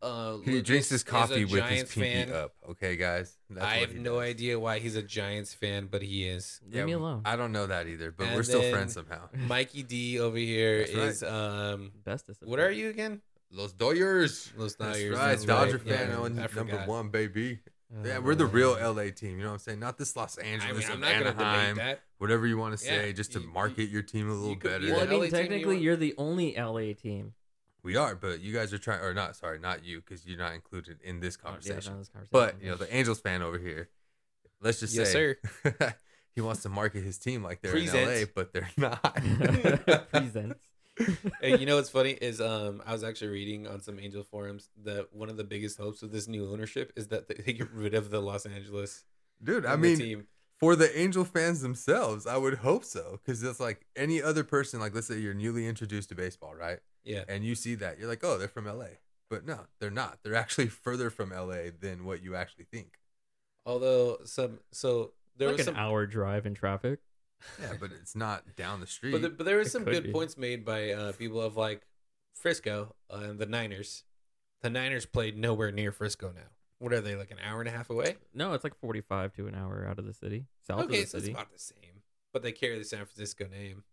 S2: Uh,
S1: He
S2: Lucas
S1: drinks his
S2: is a
S1: coffee with his
S2: Giants
S1: pinky
S2: fan.
S1: up. Okay, guys. That's what
S2: I have
S1: he
S2: no
S1: does.
S2: idea why he's a Giants fan, but
S1: <laughs>
S2: he is.
S3: Leave me alone.
S1: I don't know that either, but
S2: And
S1: we're still
S2: then-
S1: friends somehow.
S2: Mikey D over here
S1: That's right.
S2: is um.
S3: Bestest. of
S2: What
S3: them.
S2: are you again?
S1: Los Doyers.
S2: Los
S1: That's
S2: Dodgers.
S1: right,
S2: that's
S1: Dodger
S2: Yeah,
S1: fan
S2: I
S1: on number
S2: forgot. Uh,
S1: one, baby.
S3: Oh,
S1: Yeah, we're the real
S3: man.
S1: LA team. You know what I'm saying? Not this Los
S2: I
S1: Angeles
S2: mean, I'm
S1: and
S2: not gonna
S1: Anaheim.
S2: debate that.
S1: Whatever you want to
S2: Yeah,
S1: say, just to
S2: you- you-
S1: market your team a little
S2: could be
S1: better.
S2: the
S3: Well, I
S2: LA team
S3: mean,
S2: you
S3: technically,
S2: want.
S3: you're the only LA team.
S1: We are, but you guys are trying, or not? Sorry, not you, because you're not included in this
S3: Oh, yeah, not
S1: conversation.
S3: in this conversation.
S1: But you know, the <laughs> Angels fan over here. Let's just
S2: Yes,
S1: say, sir. <laughs> he wants to market his team like they're in LA,
S2: Presents.
S1: but they're <laughs>
S2: <laughs>
S1: not.
S3: <laughs> presents.
S2: Hey, you know what's funny is um I was actually reading on some angel forums that one of the biggest hopes of this new ownership is that they <laughs> get rid of the Los Angeles
S1: <laughs> Dude, I
S2: from the
S1: mean,
S2: team.
S1: for the angel fans themselves i would hope so because it's like any other person like let's say you're newly introduced to baseball right
S2: Yeah.
S1: and you see that you're like oh they're from la but no they're not they're actually <laughs> further from la than what you actually think
S2: Although some so there
S3: like
S2: was
S3: an
S2: some
S3: hour drive in traffic.
S1: <laughs> yeah but it's not down the street
S2: <laughs> but, the, but there
S3: It
S2: was some
S3: could
S2: good
S3: be.
S2: points made by uh people of like Frisco uh, and the Niners. The Niners played nowhere near Frisco now. What are they like an hour and a half away?
S3: No, it's like 45 to an hour out of the city, south
S2: okay,
S3: of
S2: so
S3: the
S2: it's
S3: city.
S2: about the same. But they carry the San Francisco name.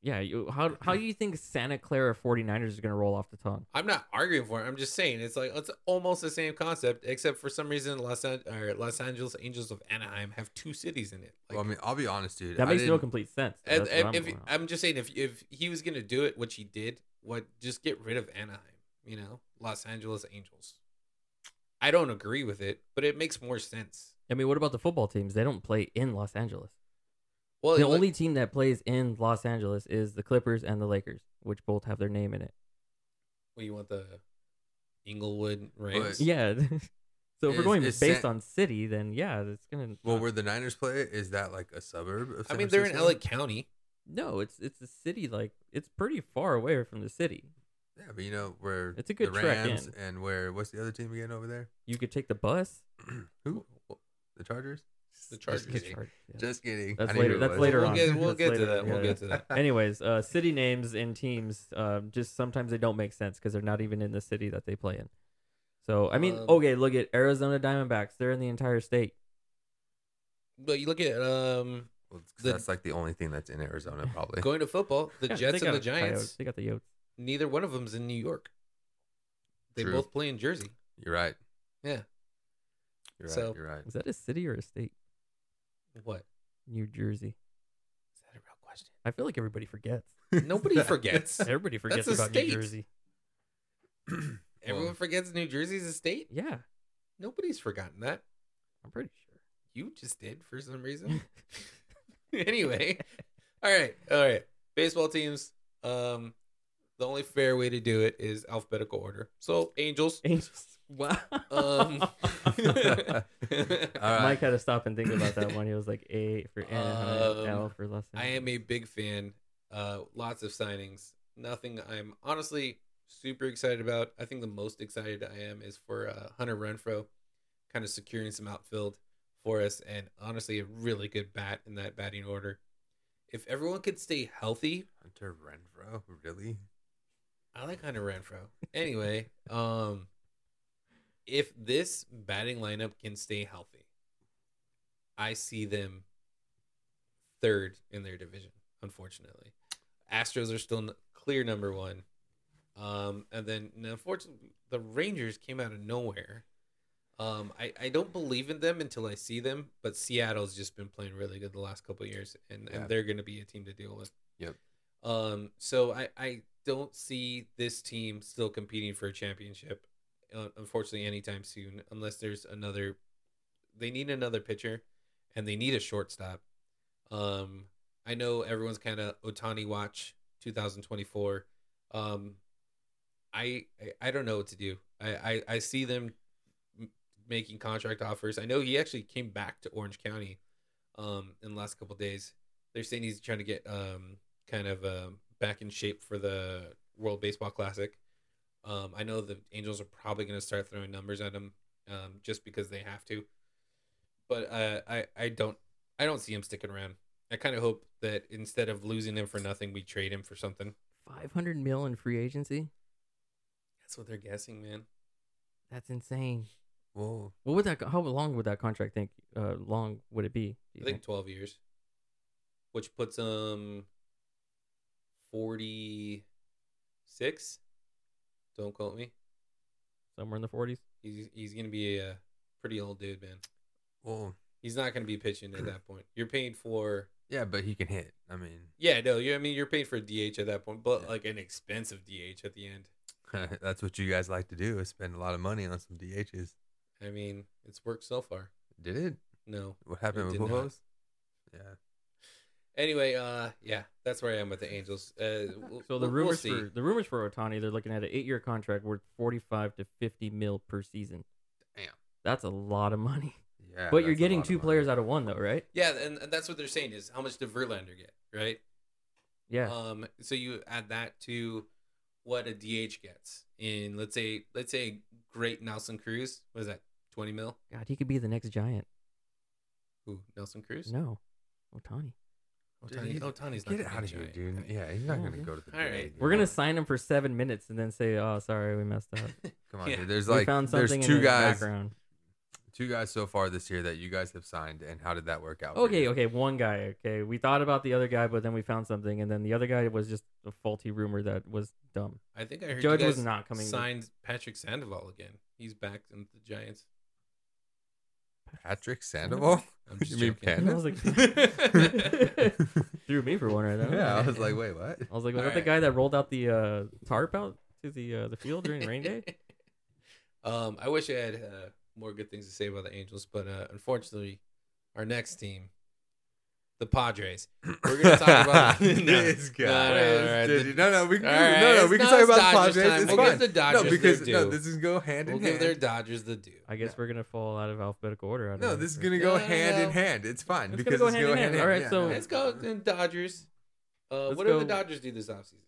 S3: Yeah, you, how how do you think Santa Clara 49ers is going to roll off the tongue?
S2: I'm not arguing for it. I'm just saying it's like it's almost the same concept, except for some reason Los An- or Los Angeles Angels of Anaheim have two cities in it. Like,
S1: well, i mean i'll be honest dude
S3: That
S1: I
S3: makes no
S1: didn't-
S3: complete sense. though.
S2: and-
S3: That's what
S2: and
S3: I'm
S2: if
S3: going on.
S2: I'm just saying if if he was gonna do it, which he did, what just get rid of Anaheim, you know, Los Angeles Angels. I don't agree with it, but it makes more sense.
S3: I mean, what about the football teams? They don't play in Los Angeles.
S2: Well,
S3: The
S2: it-
S3: only team that plays in Los Angeles is the Clippers and the Lakers, which both have their name in it.
S2: well, you want the Inglewood Rams.
S3: Yeah. <laughs> so if we're
S1: Is-
S3: going
S1: is
S3: based
S1: San-
S3: on city, then yeah, it's going to.
S1: well where the niners play is that like a suburb of
S2: I
S1: San
S2: mean they're in
S1: Francisco?
S2: LA County.
S3: No, it's it's a city like it's pretty far away from the city.
S1: yeah but you know where
S3: It's a good
S1: the
S3: trek
S1: rams
S3: in.
S1: and where what's the other team again over there
S3: You could take the bus.
S1: <clears throat> who the chargers
S2: The
S3: Just
S2: Chargers.
S3: get charged, yeah.
S1: just kidding
S3: That's
S1: I knew
S3: later-
S1: it
S3: that's
S1: was.
S3: later
S2: we'll
S3: on.
S2: Get, we'll
S3: That's
S2: get
S3: later,
S2: to that. We'll
S3: <laughs> yeah.
S2: get to <laughs>
S3: <laughs>
S2: that.
S3: Anyways, uh, city names and teams, um, just sometimes they don't make sense because they're not even in the city that they play in. So I mean,
S2: Um,
S3: okay, look at Arizona Diamondbacks. They're in the entire state.
S2: But you look at um
S1: Well, it's 'cause
S2: The-
S1: that's like the only thing that's in Arizona,
S2: <laughs>
S1: <laughs> probably.
S2: Going to football, the
S3: Yeah,
S2: Jets
S3: they
S2: and the
S3: got
S2: Giants,
S3: Coyotes. They got the Yotes.
S2: neither one of them's in New York. They
S1: True.
S2: both play in Jersey.
S1: You're right.
S2: Yeah.
S1: You're right.
S2: So-
S1: you're right.
S3: Is that a city or a state?
S2: What?
S3: New Jersey.
S2: Is that a real question?
S3: I feel like everybody forgets.
S2: <laughs> Nobody forgets.
S3: <laughs> Everybody forgets
S2: a
S3: about
S2: state.
S3: New Jersey.
S2: Everyone
S1: Well,
S2: forgets New Jersey's a state.
S3: Yeah,
S2: Nobody's forgotten that.
S3: I'm pretty sure.
S2: You just did for some reason. anyway, all right, all right. Baseball teams. Um, the only fair way to do it is alphabetical order. So
S3: <laughs>
S2: Angels.
S3: Angels. Wow.
S2: Um,
S1: All right.
S3: <laughs> Mike had to stop and think about that one. He was like A for Anaheim,
S2: Um,
S3: L for Los Angeles.
S2: I am a big fan. Uh, lots of signings. Nothing I'm honestly super excited about. I think the most excited I am is for uh, Hunter Renfro, kind of securing some outfield for us, and honestly, a really good bat in that batting order. If everyone could stay healthy,
S1: Hunter Renfro, really?
S2: I like Hunter Renfro. Anyway, um, if this batting lineup can stay healthy, I see them third in their division. Unfortunately, Astros are still n- clear number one, um, and then and unfortunately the Rangers came out of nowhere. Um, I, I don't believe in them until I see them, but Seattle's just been playing really good the last couple of years, and,
S1: Yeah.
S2: and they're going to be a team to deal with.
S1: Yep.
S2: Um, so I, I don't see this team still competing for a championship, uh, unfortunately, anytime soon, unless there's another. They need another pitcher. and they need a shortstop. Um, I know everyone's kind of Otani watch 2024. Um, I, I I don't know what to do. I I, I see them m- making contract offers. I know he actually came back to Orange County um, in the last couple days. They're saying he's trying to get um, kind of um back in shape for the World Baseball Classic. Um, I know the Angels are probably going to start throwing numbers at him um, just because they have to. But uh, I I don't I don't see him sticking around. I kind of hope that instead of losing him for nothing, we trade him for something.
S3: Five hundred mil in free agency.
S2: That's what they're guessing, man.
S3: That's insane.
S1: Whoa.
S3: What would that? co- How long would that contract think? Uh, long would it be?
S2: I
S3: do you
S2: think 12 years, which puts um, him 46. Don't quote me.
S3: somewhere in the forties.
S2: He's he's gonna be a pretty old dude, man.
S1: Well,
S2: He's not gonna be pitching
S3: <clears throat>
S2: at that point. You're paying for
S1: yeah, but he can hit. I mean, <laughs>
S2: yeah, no, you I mean you're paying for a DH at that point, but
S1: Yeah.
S2: like an expensive DH at the end.
S1: that's what you guys like to do is spend a lot of money on some DHs.
S2: I mean, it's worked so far.
S1: Did it?
S2: No.
S1: What
S2: It
S1: happened
S2: did
S1: with
S2: not.
S1: Pujols? Yeah.
S2: Anyway, uh, yeah, that's where I am with the Angels.
S3: <laughs>
S2: Uh, we'll-
S3: So the
S2: we'll
S3: rumors
S2: see.
S3: for the rumors for Otani, they're looking at an eight-year contract worth forty-five to fifty mil per season.
S2: Damn.
S3: that's a lot of money.
S1: <laughs> Yeah.
S3: but you're
S1: that's a
S3: getting
S1: lot of
S3: two
S1: money.
S3: players out of one though, right?
S2: yeah, and, and that's what they're saying is how much did Verlander get, right?
S1: Uh,
S3: Yeah.
S2: Um, so you add that to what a DH gets in let's say let's say great Nelson Cruz what is that twenty mil?
S3: God, he could be the next giant.
S2: Who Nelson Cruz?
S3: No, Otani.
S1: Dude,
S2: Otani,
S1: he's-
S2: Otani's not
S1: Get
S2: gonna
S1: out of
S2: be
S1: here,
S2: a giant.
S1: dude. Yeah, he's not
S3: Yeah,
S1: going to
S3: dude.
S1: go to the
S2: All
S1: DH,
S2: right.
S1: you
S3: We're
S1: know?
S3: gonna sign him for seven minutes and then say, "Oh, sorry, we messed up."
S1: Come on,
S2: Yeah.
S1: dude. There's
S3: we
S1: like
S3: found
S1: there's
S3: something in
S1: two
S3: the
S1: guys,
S3: background.
S1: two guys so far this year that you guys have signed, and how did that work out? for
S3: Okay,
S1: you?
S3: okay, one guy. Okay, we thought about the other guy, but then we found something, and then the other guy was just a faulty rumor that was dumb.
S2: I think I heard
S3: Judge
S2: you guys
S3: was not coming.
S2: signed Patrick Sandoval again. He's back in the
S1: <laughs>
S2: Giants.
S3: <laughs>
S1: Patrick Sandoval.
S2: I'm
S1: You mean
S3: I
S1: <laughs>
S2: <laughs>
S3: was like, threw me for one right now.
S1: yeah, I was
S3: <laughs>
S1: like, wait, what? <laughs>
S3: I was like, was that the
S2: Alright.
S3: guy that rolled out the uh, tarp out to the uh, the field during
S2: <laughs>
S3: rain day?
S2: um, I wish I had uh, more good things to say about the Angels, but uh, unfortunately, our next team, the Padres. We're gonna talk
S3: <laughs>
S2: about no,
S1: <laughs> this
S2: no,
S1: guy.
S2: no, no, no,
S1: Dude,
S2: the-
S1: no, no, we can,
S2: All right,
S1: no, no,
S2: it's
S1: we can
S2: not
S1: talk about
S2: Dodgers
S1: the
S2: time.
S1: Padgers. It's
S2: We'll
S1: fine.
S2: give the Dodgers
S1: no, because
S2: their
S1: no,
S2: due.
S1: this is go hand in
S2: We'll give
S1: hand.
S2: their Dodgers the due.
S3: I guess we're gonna fall out of alphabetical order. I don't
S1: no,
S3: know.
S1: this is gonna
S2: No,
S1: go
S2: no,
S1: hand in
S2: no.
S1: hand. It's fine
S3: It's gonna
S1: because
S3: go
S1: it's
S3: hand in
S1: go hand
S3: hand.
S1: in hand.
S3: Alright, so-
S2: Let's go to Dodgers. Uh,
S3: Let's
S2: what do the
S3: go-
S2: Dodgers do this offseason?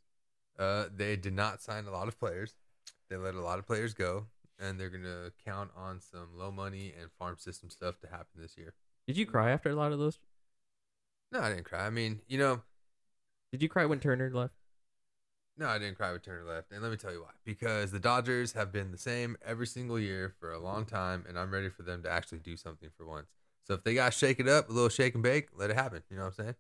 S1: Uh, they did not sign a lot of players. They let a lot of players go, and they're gonna count on some low money and farm system stuff to happen this year.
S3: Did you cry after a lot of those?
S1: No, I didn't cry. I mean, you know,
S3: Did you cry when Turner left?
S1: no, I didn't cry with Turner left, and let me tell you why. Because the Dodgers have been the same every single year for a long time, and I'm ready for them to actually do something for once. So if they gotta shake it up, a little shake and bake, let it happen. You know what I'm saying?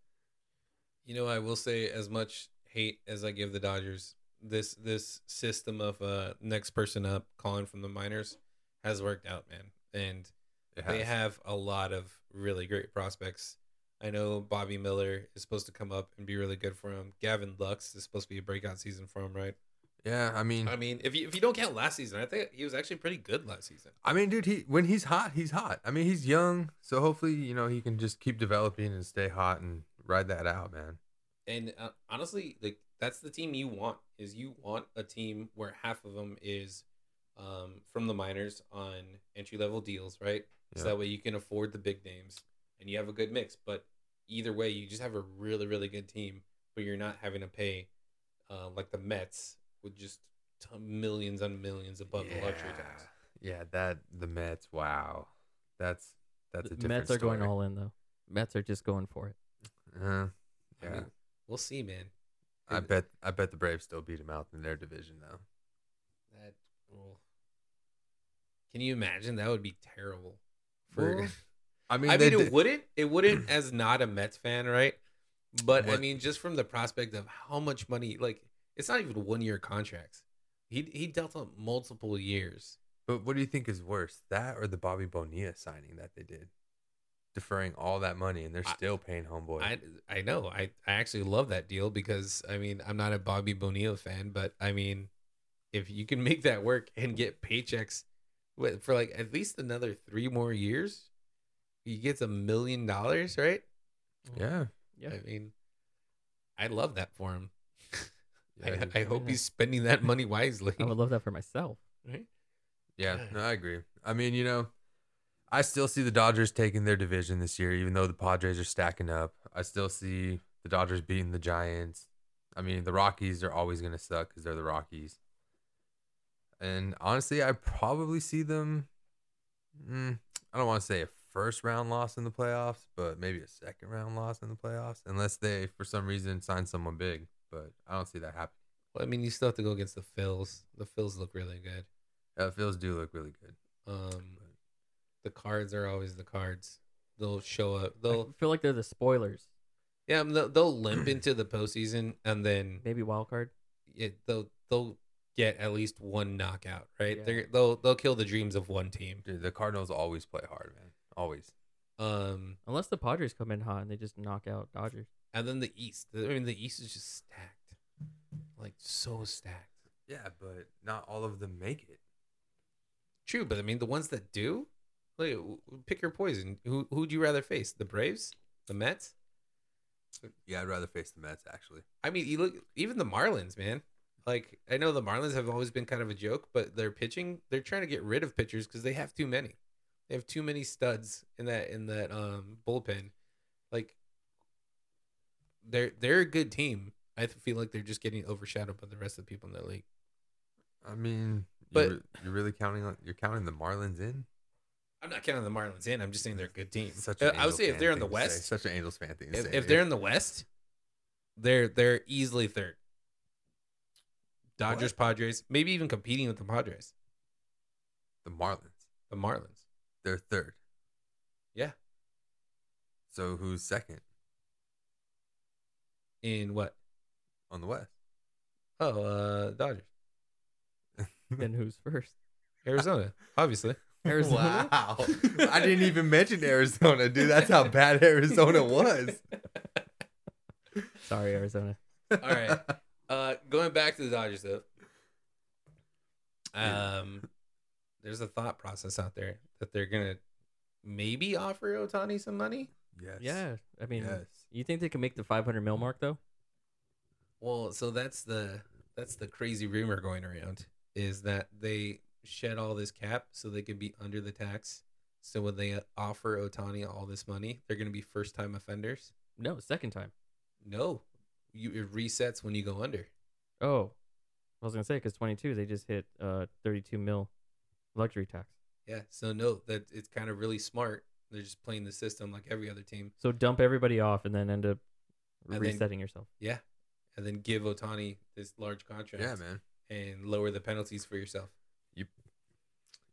S2: You know, I will say as much hate as I give the Dodgers, this this system of uh next person up calling from the minors has worked out, man. And
S1: It
S2: they
S1: has.
S2: have a lot of really great prospects. I know Bobby Miller is supposed to come up and be really good for him. Gavin Lux is supposed to be a breakout season for him, right?
S1: Yeah, I mean,
S2: I mean, if you if you don't count last season, I think he was actually pretty good last season.
S1: I mean, dude, he when he's hot, he's hot. I mean, he's young, so hopefully, you know, he can just keep developing and stay hot and ride that out, man.
S2: And uh, honestly, like that's the team you want is you want a team where half of them is um, from the minors on entry level deals, right? So
S1: Yeah.
S2: that way you can afford the big names and you have a good mix. But either way, you just have a really really good team, but you're not having to pay uh, like the Mets with just t- millions on millions above the luxury tax.
S1: Yeah, that the Mets. Wow, that's that's a
S3: the
S1: different
S3: Mets are going
S1: story.
S3: all in though. Mets are just going for it.
S1: Uh,
S2: I
S1: yeah,
S2: mean, we'll see, man.
S1: I bet I bet the Braves still beat him out in their division though.
S2: That well, can you imagine? That would be terrible. For
S1: Well, I mean,
S2: I
S1: they
S2: mean, it
S1: did-
S2: wouldn't. It
S1: <clears throat>
S2: wouldn't as not a Mets fan, right? But I
S1: What-
S2: mean, just from the prospect of how much money, like it's not even one year contracts. He he dealt out multiple years.
S1: But what do you think is worse, that or the Bobby Bonilla signing that they did, deferring all that money and they're
S2: I-
S1: still paying homeboy?
S2: I I know. I I actually love that deal because I mean I'm not a Bobby Bonilla fan, but I mean, if you can <laughs> make that work and get paychecks with, for like at least another three more years, he gets a million dollars, right?
S1: Yeah.
S3: Yeah.
S2: I mean, I love that for him.
S1: Yeah,
S2: I, I hope he's spending that money wisely.
S3: I would love that for myself.
S2: <laughs> Right?
S1: Yeah,
S2: Yeah.
S1: no, I agree. I mean, you know, I still see the Dodgers taking their division this year, even though the Padres are stacking up. I still see the Dodgers beating the Giants. I mean, the Rockies are always going to suck because they're the Rockies. And honestly, I probably see them. Mm, I don't want to say a first round loss in the playoffs, but maybe a second round loss in the playoffs, unless they, for some reason, sign someone big. But I don't see that happening.
S2: Well, I mean, you still have to go against the Phils. The Phils look really good.
S1: Uh, Phils do look really good.
S2: Um, the cards are always the cards. They'll show up. They'll
S3: I feel like they're the spoilers.
S2: yeah. They'll, they'll limp into the postseason, and then
S3: Maybe wild card.
S2: it, they'll they'll get at least one knockout. Right?
S3: Yeah.
S2: They're, they'll they'll kill the dreams of one team.
S1: Dude, the Cardinals always play hard, man. Always.
S2: Um,
S3: Unless the Padres come in hot and they just knock out
S1: <laughs>
S3: Dodgers.
S2: and then the East. I mean, the East is just stacked, like so stacked.
S1: Yeah, but not all of them make it.
S2: True, but I mean, the ones that do, like, w- pick your poison. Who who'd you rather face? The Braves, the Mets.
S1: Yeah, I'd rather face the Mets actually.
S2: I mean, you look even the Marlins, man. Like I know the Marlins have always been kind of a joke, but their pitching, they're trying to get rid of pitchers because they have too many. They have too many studs in that in that um bullpen. Like they're they're a good team. I feel like they're just getting overshadowed by the rest of the people in their league.
S1: I mean,
S2: But-
S1: you're, you're really counting on you're counting the Marlins in.
S2: I'm not counting the Marlins in. I'm just saying they're a good team.
S1: Such
S2: Uh,
S1: an
S2: I would
S1: Angels
S2: say if
S1: fan
S2: they're in the
S1: thing to
S2: West,
S1: say. such an Angels fan thing. to
S2: if,
S1: say,
S2: if
S1: dude.
S2: they're in the West, they're they're easily third. Dodgers, Padres, maybe even competing with the Padres,
S1: the Marlins,
S2: the Marlins.
S1: they're third.
S2: Yeah.
S1: So who's second
S2: In what?
S1: on the
S2: <laughs>
S1: West?
S2: Oh, uh, Dodgers,
S3: Then who's first?
S2: <laughs> Arizona, obviously.
S3: Arizona?
S1: <laughs>
S2: <laughs>
S1: Wow. I didn't even mention Arizona, dude. That's how bad <laughs> Arizona was.
S3: Sorry, Arizona.
S1: All
S2: right. Uh, going back to the Dodgers though. Um, there's a thought process out there that they're gonna maybe offer Otani some money.
S1: <laughs> Yes.
S3: Yeah. I mean,
S1: Yes.
S3: you think they can make the 500 mil mark, though?
S2: Well, so that's the that's the crazy rumor going around is that they shed all this cap so they could be under the tax. So when they offer Otani all this money, they're going to be first time offenders.
S3: No, second time.
S2: No, you it resets when you go under.
S3: Oh, I was going to say, because 22, they just hit uh 32 mil luxury tax.
S2: Yeah, so no, that it's kind of really smart. They're just playing the system like every other team.
S3: So dump everybody off and then end up
S2: And then-
S3: resetting yourself.
S2: Yeah, and then give Otani this large contract.
S1: Yeah, man.
S2: and lower the penalties for yourself.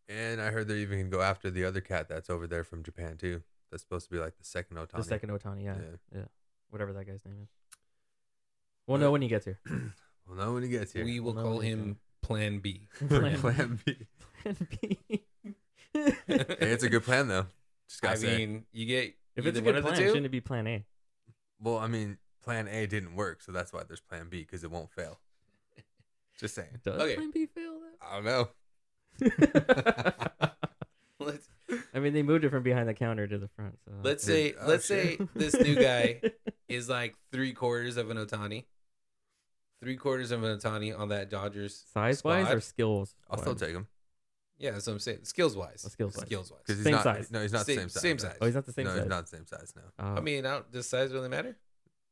S1: And I heard they're even gonna go after the other cat that's over there from Japan too. That's supposed to be like the second Otani.
S3: The second Otani, yeah,
S1: Yeah.
S3: Whatever that guy's name is. We'll know when he
S2: <laughs>
S3: gets here. <laughs>
S1: Well, no when he gets here. <laughs>
S2: We will
S3: No,
S2: call
S3: we <laughs>
S2: him
S3: don't.
S2: Plan B.
S3: Plan-
S1: Plan B.
S2: <laughs>
S3: Plan <laughs> B.
S1: Hey, it's a good plan though. Just
S2: I
S1: gotta say.
S2: mean, you get
S3: if it's
S2: either one
S3: a good
S2: of the
S3: plan,
S2: two.
S3: shouldn't it be Plan A?
S1: well, I mean, Plan A didn't work, so that's why there's Plan B because it won't
S3: <laughs>
S1: fail. Just saying.
S3: Does
S2: Okay.
S3: Plan B fail?
S2: <laughs>
S1: I don't know.
S3: Though?
S2: <laughs> Let's
S3: I mean, they moved it from behind the counter to the front. So
S2: let's
S1: Yeah.
S2: say
S1: Oh,
S2: let's
S1: shit.
S2: say this
S1: <laughs>
S2: new
S3: <laughs>
S2: guy is like three quarters of an Otani, three quarters of an Otani on that Dodgers.
S3: size wise
S2: squad.
S3: or skills.
S1: I'll still
S3: wise?
S1: take him
S2: Yeah, that's what I'm saying. Skills wise,
S3: Oh, skills-wise.
S2: skills
S1: because
S2: wise.
S1: he's
S3: Same
S1: not.
S3: size.
S1: No, he's not the same
S2: Same-
S1: size.
S2: same
S1: no.
S2: size.
S3: Oh, he's not the same
S1: no,
S3: size.
S1: he's not the same size. No,
S3: Oh,
S2: I mean, I don't, does size really matter?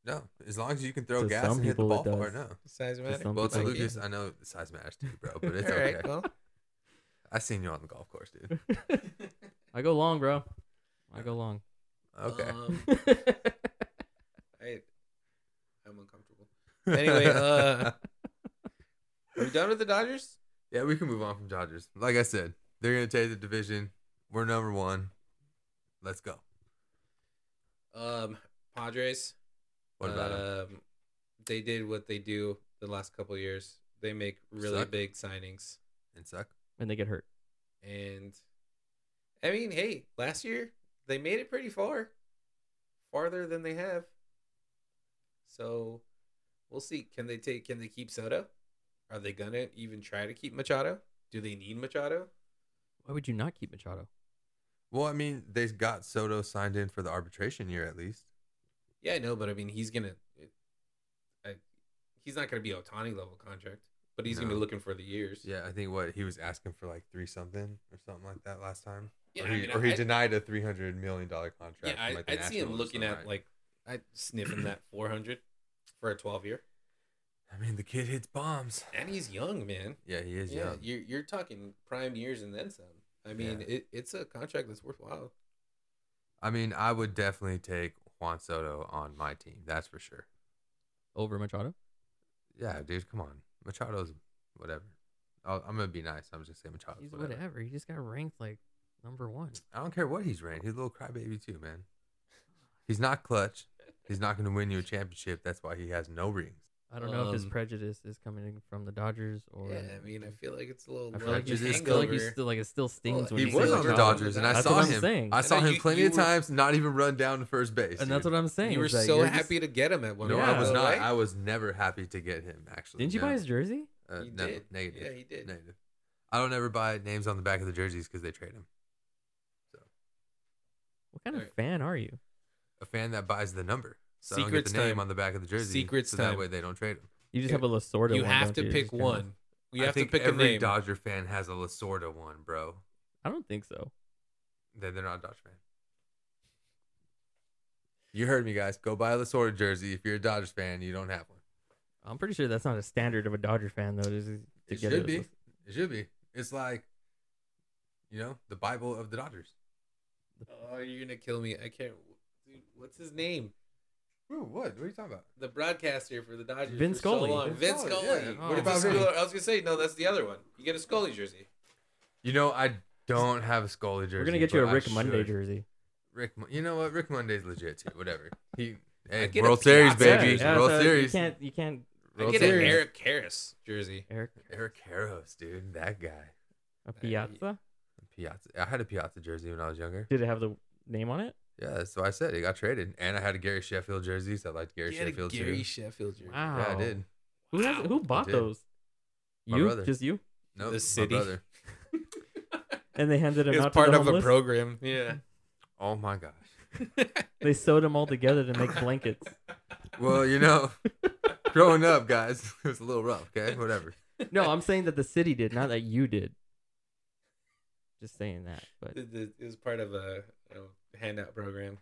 S1: no. As long as you can throw
S3: To
S1: gas
S3: some
S1: and hit the
S3: people,
S1: ball
S3: it
S1: far,
S3: does.
S1: no.
S2: Does size matter?
S3: some
S1: Well, to
S3: Like,
S1: Lucas, I know the size matters to you,
S3: <laughs>
S1: bro, but it's
S2: All right,
S1: okay.
S2: well,
S1: I seen you on the golf course,
S3: <laughs>
S1: dude.
S3: I go long, bro. I go long.
S1: <laughs> Okay.
S2: Um, I, I'm
S1: <laughs>
S2: uncomfortable. Anyway, uh, are we done with the Dodgers?
S1: Yeah, we can move on from Dodgers. Like I said, they're gonna take the division. We're number one. Let's go.
S2: Um, Padres.
S1: What about him?
S2: um, They did what they do the last couple of years. They make really
S1: Suck.
S2: big signings,
S1: And suck.
S3: <laughs> and they get hurt.
S2: and I mean, hey, last year they made it pretty far, farther than they have. So we'll see. Can they take? Can they keep Soto? Are they gonna even try to keep Machado? Do they need Machado?
S3: Why would you not keep Machado?
S1: Well, I mean, they got Soto signed in for the arbitration year at least.
S2: Yeah, I know, but I mean, he's gonna, it, I, he's not gonna be Otani level contract, but he's gonna be
S1: No.
S2: looking for the years.
S1: Yeah, I think what he was asking for like three something or something like that last time.
S2: yeah.
S1: or
S2: I
S1: he,
S2: mean,
S1: or he
S2: I-
S1: denied a three hundred million dollar contract.
S2: Yeah,
S1: from,
S2: I,
S1: like, the
S2: I'd see him
S1: Nationals or
S2: looking
S1: something,
S2: at
S1: right?
S2: like I'd sniffing that 400 for a 12 year,
S1: I mean, the kid hits bombs.
S2: and he's young, man.
S1: Yeah, he is
S2: Yeah,
S1: young.
S2: you're you're talking prime years and then some. I mean,
S1: Yeah.
S2: it, it's a contract that's worthwhile.
S1: I mean, I would definitely take Juan Soto on my team. That's for sure.
S3: over Machado.
S1: Yeah, dude, come on. Machado's whatever. I'll, I'm gonna be nice. I'm just gonna say Machado's
S3: He's
S1: whatever.
S3: whatever. He just got ranked like number one.
S1: I don't care what he's ran. He's a little crybaby too, man. He's not clutch. He's not gonna win you a championship. That's why he has no rings.
S3: I don't know if his
S2: Um,
S3: prejudice is coming from the Dodgers
S1: Oh,
S3: or.
S2: yeah, I mean, I feel like it's a little.
S3: I feel like you
S1: Prejudice
S2: just
S3: I feel like you
S1: hangover.
S3: still like it still stings
S2: Well,
S3: when
S1: He
S3: you
S2: said
S1: was
S3: say
S1: on the
S2: Machado's
S1: Dodgers,
S2: the
S1: and I
S2: best.
S3: That's
S1: saw
S3: what I'm
S1: him.
S3: saying.
S1: I
S2: And
S1: saw
S2: I-
S1: him
S2: you-
S1: plenty
S2: you
S1: of
S2: were-
S1: times, not even run down to first base.
S3: and that's
S1: dude.
S3: what I'm saying.
S2: You were
S3: is that
S2: so
S3: you're
S2: happy to get him at one.
S1: No,
S2: point,
S1: I was
S2: though,
S1: not.
S2: right?
S1: I was never happy to get him. Actually,
S3: Just, didn't you
S1: no.
S3: buy his jersey?
S1: Uh,
S2: He
S1: no,
S2: did.
S1: negative.
S2: Yeah, he did.
S1: Negative. I don't ever buy names on the back of the jerseys because they trade them.
S3: What kind of
S2: Alright.
S3: fan are you?
S1: A fan that buys the number, so I don't get
S2: Secrets
S1: the name
S2: time.
S1: on the back of the jersey.
S2: Secrets
S1: so
S2: time.
S1: that way they don't trade them.
S3: You just
S2: Yeah.
S3: have a Lasorda.
S2: you
S3: one,
S2: have
S3: don't
S2: to
S3: you?
S2: pick
S3: Just kinda-
S2: one. You
S1: I
S2: have to
S1: think
S2: pick a
S1: every
S2: name.
S1: Dodger fan has a Lasorda one, bro.
S3: I don't think so.
S1: Then they're not a Dodger fan. You heard me, guys. Go buy a Lasorda jersey if you're a Dodgers fan. You don't have one.
S3: I'm pretty sure that's not a standard of a Dodger fan though. to- to
S1: It
S3: get
S1: should
S3: a-
S1: be. It should be. It's like, you know, the Bible of the Dodgers.
S2: Oh, you're gonna kill me! I can't. Dude, what's his name?
S1: Ooh, what? What are you talking about?
S2: The broadcaster for the Dodgers.
S3: Vince
S2: for
S3: Scully.
S2: So long.
S1: Vince
S2: Vince
S1: Scully,
S2: Scully.
S1: yeah.
S3: Oh.
S2: What about
S1: Vince Scully.
S2: I was gonna say no. That's the other one. You get a Scully jersey.
S1: You know, I don't have a Scully jersey.
S3: We're gonna get you
S1: but
S3: a
S1: I
S3: Rick Monday
S1: should.
S3: jersey.
S1: Rick, Mon- you know what? Rick Monday's legit too. Whatever. He, hey,
S2: get a
S1: World Series,
S2: Piazza
S1: baby.
S2: jersey.
S3: Yeah,
S1: World
S3: so
S1: Series.
S3: You can't. You can't.
S2: I
S1: World
S2: get
S1: Series.
S2: an Eric Karras jersey.
S3: Eric
S1: Eric Carros, dude, that guy.
S3: a Piazza.
S1: Piazza. I had a Piazza jersey when I was younger.
S3: Did it have the name on it?
S1: Yeah, that's what I said. It got traded, and I had a Gary Sheffield jersey. So I liked Gary
S2: Get a
S1: Sheffield
S2: Gary
S1: too.
S2: Sheffield jersey.
S3: Wow.
S1: yeah, I did.
S3: Who has, who bought
S1: did.
S3: those?
S1: My
S3: you
S1: brother.
S3: just you,
S1: No,
S2: The city.
S1: My brother.
S3: and they handed them
S2: It's
S3: out
S2: part
S3: to the
S2: of a
S3: homeless.
S2: program. Yeah.
S1: Oh my gosh.
S3: They sewed them all together to
S1: <laughs>
S3: make blankets.
S1: Well, you know, <laughs> growing up, guys, <laughs> it was a little rough. Okay, whatever.
S3: No, I'm saying that the city did, not that you did. Just saying that, but
S2: It- it it was part of a, a handout program.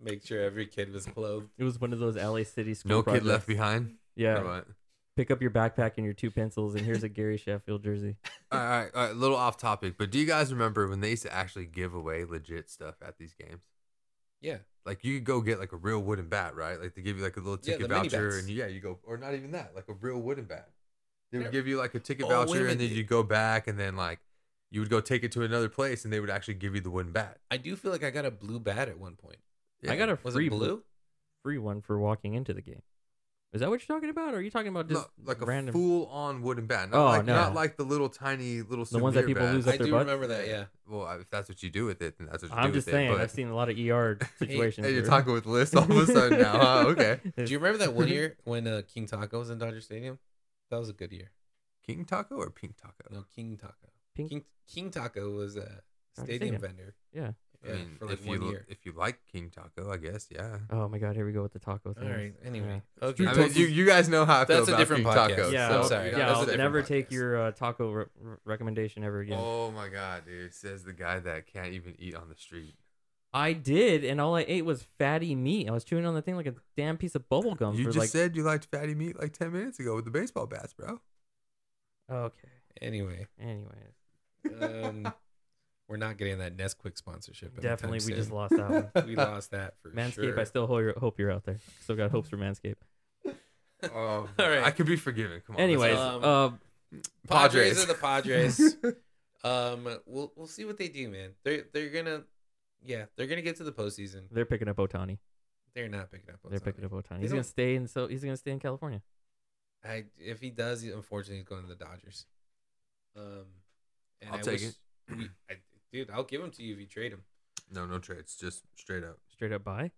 S2: Make sure every kid was clothed.
S3: it was one of those LA city school.
S1: No kid left
S3: projects.
S1: behind.
S3: Yeah,
S1: Or what?
S3: pick up your backpack and your two pencils, and here's a Gary Sheffield jersey.
S1: All right, all right, all right, a little off topic, but do you guys remember when they used to actually give away legit stuff at these games?
S2: Yeah.
S1: Like you could go get like a real wooden bat, right? Like they give you like a little
S2: Yeah,
S1: ticket
S2: the mini
S1: voucher,
S2: bats.
S1: and yeah, you go, or not even that, like a real wooden bat. They would
S2: Yeah.
S1: give you like a ticket
S2: Oh,
S1: voucher,
S2: wait a
S1: and then
S2: minute.
S1: you would go back, and then like you would go take it to another place, and they would actually give you the wooden bat.
S2: I do feel like I got a blue bat at one point.
S1: Yeah.
S3: I got a
S2: Was
S3: free
S2: it blue?
S3: free one for walking into the game. Is that what you're talking about? Or are you talking about
S1: No,
S3: just
S1: like a
S3: random?
S1: full-on wooden bat. Not
S3: Oh,
S1: like,
S3: no.
S1: Not like the little tiny little
S3: The ones that
S1: souvenir
S3: people
S1: bats.
S3: lose
S2: I
S3: at their
S2: do
S3: butt?
S2: remember that. Yeah.
S1: Well, I- if that's what you do with it, then that's what you
S3: I'm
S1: do with
S3: just saying,
S1: it. but-
S3: I've seen a lot of ER
S1: <laughs>
S3: situations.
S1: Hey, you're
S3: where-
S1: talking with Liz <laughs> all of a sudden now.
S3: <laughs>
S1: huh? Okay.
S2: Do you remember that one year when uh, King Taco was in Dodger Stadium? That was a good year.
S1: King Taco or Pink Taco?
S2: No, King Taco.
S3: Pink-
S2: King, King Taco was a
S3: Dodger
S2: stadium
S3: Stadium.
S2: vendor.
S3: Yeah.
S2: Yeah,
S1: I mean,
S2: for like
S1: if
S2: one
S1: you
S2: year.
S1: if you like King Taco, I guess, yeah.
S3: Oh my god, here we go with the taco
S2: All
S3: thing.
S2: right. Anyway.
S3: King
S2: Okay.
S1: I mean, you, you guys know how I feel
S2: That's a
S1: about
S2: different
S1: King
S2: podcast.
S1: Taco.
S3: Yeah,
S1: so,
S2: I'm sorry.
S1: you know,
S3: Yeah,
S1: that's
S2: a
S3: I'll
S1: different
S3: never
S1: podcast.
S3: take your uh, taco re- re- recommendation ever again.
S1: Oh my god, dude! Says the guy that can't even eat on the street.
S3: I did, and all I ate was fatty meat. I was chewing on the thing like a damn piece of bubble gum.
S1: you
S3: for
S1: just
S3: like,
S1: said you liked fatty meat like ten minutes ago with the baseball bats, bro.
S3: okay.
S2: anyway.
S3: Anyway,
S2: Um, we're not getting that Nesquik sponsorship. anytime
S3: definitely we just
S2: soon.
S3: <laughs> lost that
S1: <laughs>
S2: <laughs>
S3: one.
S2: we lost that for
S3: Manscaped,
S2: sure.
S3: I still hope you're, hope you're out there. Still got hopes for Manscaped.
S1: <laughs> Oh,
S2: All right.
S1: I could be forgiven. Come on. let's
S3: Anyways,
S1: go.
S2: um,
S3: uh,
S2: Padres.
S1: <laughs>
S2: are the Padres. um, we'll we'll see what they do, man. They're they're gonna, yeah, they're gonna get to the postseason.
S3: they're picking up Otani.
S2: They're not picking up.
S3: They're
S2: Ohtani.
S3: picking up Otani.
S2: They
S3: He's
S2: don't-
S3: gonna stay, and so he's gonna stay in California.
S2: I if he does, he, unfortunately, he's going to the Dodgers. Um, and
S1: I'll
S2: I
S1: take
S2: wish- We, I, dude, I'll give him to you if you trade him.
S1: no, no trades, just straight up.
S3: Straight up buy.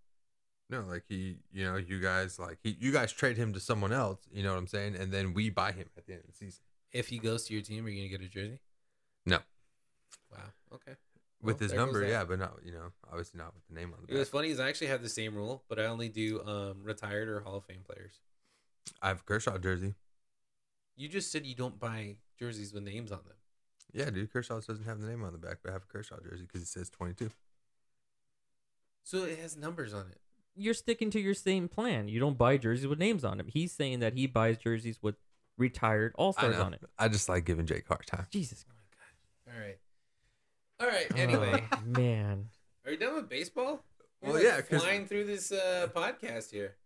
S1: No, like he, you know, you guys like he, you guys trade him to someone else. You know what I'm saying? And then we buy him at the end of the season.
S2: If he goes to your team, are you gonna get a jersey?
S1: No.
S2: Wow. Okay. Well,
S1: with his
S2: Oh, there goes
S1: number,
S2: that.
S1: yeah, but not you know obviously not with the name on the
S2: It
S1: back.
S2: was funny is I actually have the same rule, but I only do um, retired or Hall of Fame players.
S1: I have a Kershaw jersey.
S2: You just said you don't buy jerseys with names on them.
S1: Yeah, dude, Kershaw doesn't have the name on the back, but I have a Kershaw jersey because it says 22.
S2: So it has numbers on it.
S3: You're sticking to your same plan. You don't buy jerseys with names on them. He's saying that he buys jerseys with retired all
S1: I
S3: stars
S1: know.
S3: on it.
S1: I just like giving Jake a hard
S2: <laughs>
S1: time.
S3: Jesus.
S2: Oh my god. All right. All right.
S3: <laughs>
S2: Anyway,
S3: Oh, man.
S2: are you done with baseball? We're
S1: Well,
S2: like
S1: yeah, 'cause-
S2: flying through this uh, podcast here.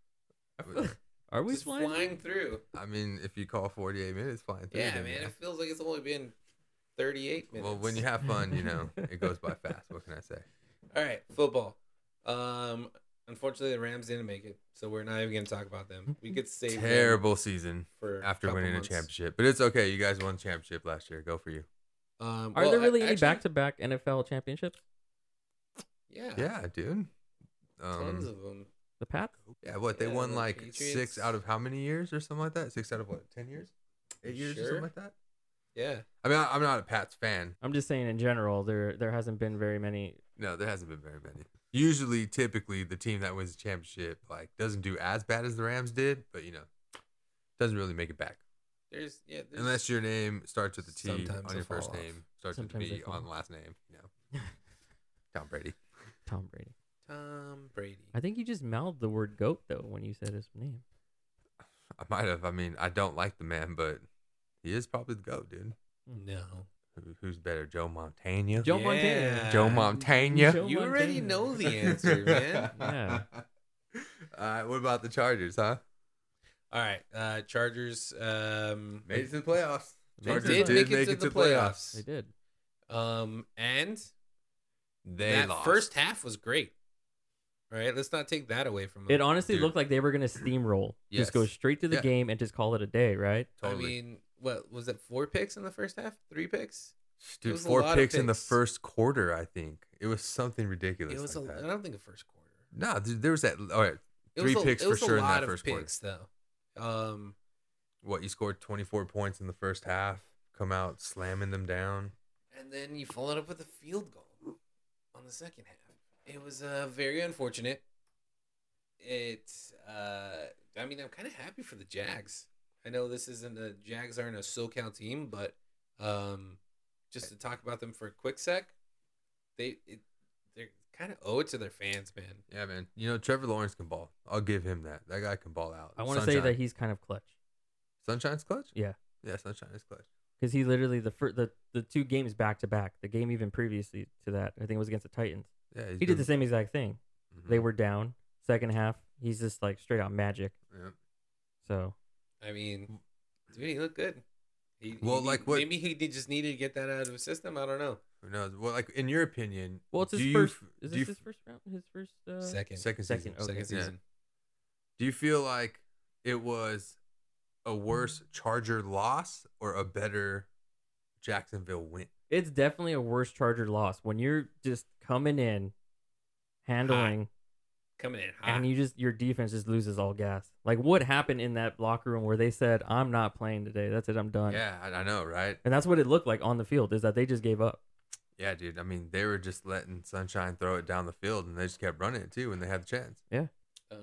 S3: Are we
S2: Just
S3: flying?
S2: flying, through.
S1: I mean, if you call 48 minutes flying through,
S2: yeah,
S1: then,
S2: man. It feels like it's only been 38 minutes.
S1: Well, when you have fun, you know, it goes
S2: <laughs>
S1: by fast. What can I say?
S2: All right, football. Um, unfortunately, the Rams didn't make it, so we're not even going to talk about them. We could save them
S1: Terrible season
S2: for
S1: after
S2: couple
S1: winning
S2: months.
S1: a championship, but it's okay. You guys won championship last year. Go for you.
S2: Um,
S3: Are
S2: well,
S3: there
S2: a-
S3: really any
S2: actually-
S3: back to back NFL championships?
S2: Yeah,
S1: Yeah, dude.
S2: tons
S1: Um,
S2: of them.
S3: The Pats?
S1: yeah, what they
S2: Yeah,
S1: won
S2: the
S1: like
S2: Patriots.
S1: six out of how many years or something like that? Six out of what? Ten years? Eight years or
S2: Sure.
S1: something like that?
S2: Yeah,
S1: I mean, I, I'm not a Pats fan.
S3: I'm just saying in general, there there hasn't been very many.
S1: No, there hasn't been very many. Usually, typically, the team that wins the championship like doesn't do as bad as the Rams did, but you know, doesn't really make it back
S2: there's yeah. There's,
S1: unless your name starts with a T
S2: Sometimes
S1: on your
S2: they fall
S1: first
S2: off.
S1: name, starts
S3: Sometimes
S1: with a
S3: they
S1: B
S3: fall
S1: on
S3: off.
S1: the last name. You
S2: <laughs>
S1: know, Tom Brady.
S3: Tom Brady.
S2: Tom Brady.
S3: I think you just mouthed the word goat though when you said his name.
S1: I might have. I mean, I don't like the man, but he is probably the goat, dude.
S2: No,
S1: Who, who's better, Joe Montana?
S3: Joe Montana.
S1: Joe
S3: Joe
S1: Montana.
S2: you already
S3: Montana.
S2: know
S3: <laughs>
S2: the answer, man.
S3: Yeah.
S1: All right. What about the Chargers, huh?
S2: All right, uh, Chargers. Um,
S1: Made it to the playoffs.
S3: They
S1: Chargers
S2: Chargers did,
S1: did
S2: make it to the playoffs.
S3: They did.
S2: Um, and
S1: They
S2: that
S1: lost.
S2: first half was great. All right, let's not take that away from them.
S3: It honestly
S1: Dude.
S3: looked like they were gonna steamroll.
S1: Yes.
S3: Just go straight to the
S1: Yeah.
S3: game and just call it a day, right?
S1: totally.
S2: I mean, what was it? Four picks in the first half? Three picks? it
S1: Dude,
S2: was a
S1: four
S2: lot
S1: picks,
S2: of
S1: in the
S2: picks.
S1: first quarter. I think it was something ridiculous.
S2: It was.
S1: like
S2: a, I
S1: that.
S2: don't think a first quarter.
S1: Nah, dude, there was that. All right,
S2: It
S1: three
S2: was a,
S1: picks
S2: it
S1: for
S2: was
S1: sure
S2: a
S1: in
S2: lot
S1: that
S2: of
S1: first quarter.
S2: picks, though. Um,
S1: what you scored twenty four points in the first half. Come out slamming them down.
S2: and then you followed up with a field goal on the second half. It was uh, very unfortunate. It's. Uh, I mean, I'm kind of happy for the Jags. I know this isn't a Jags aren't a SoCal team, but um, just to talk about them for a quick sec, they it, they're kind of owe it to their fans, man.
S1: Yeah, man. You know Trevor Lawrence can ball. I'll give him that. That guy can ball out.
S3: I want to say that
S1: Sunshine.
S3: he's kind of clutch
S1: Sunshine's clutch.
S3: Yeah.
S1: yeah, Sunshine is clutch.
S3: because he literally the fir- the the two games back to back. The game even previously to that, I think it was against the Titans.
S1: Yeah, mm-hmm.
S3: He did the same exact thing.
S1: same.
S3: They were down second half. He's just like straight out magic.
S1: Yeah.
S3: So
S2: I mean, dude, he looked good. He,
S1: Well,
S2: he-
S1: like what-
S2: Maybe he did- just needed to get that out of his system. I don't know.
S1: Who knows? Well, like in your opinion,
S3: well, it's
S1: do
S3: his
S1: you
S3: first.
S1: f-
S3: Is
S1: do you
S3: this his first round? His first. Uh,
S2: Second,
S1: f- second
S3: Second.
S1: season?
S3: okay,
S2: second
S1: yeah.
S2: season.
S1: Do you feel like it was a worse Charger loss or a better Jacksonville win?
S3: It's definitely a worse Charger loss when you're just coming in, handling,
S2: Coming in hot.
S3: and you just your defense just loses all gas. Like what happened in that locker room where they said, "I'm not playing today. That's it. I'm done."
S1: Yeah, I, I know, right?
S3: And that's what it looked like on the field is that they just gave up.
S1: Yeah, dude. I mean, they were just letting Sunshine throw it down the field, and they just kept running it too when they had the chance.
S2: Um,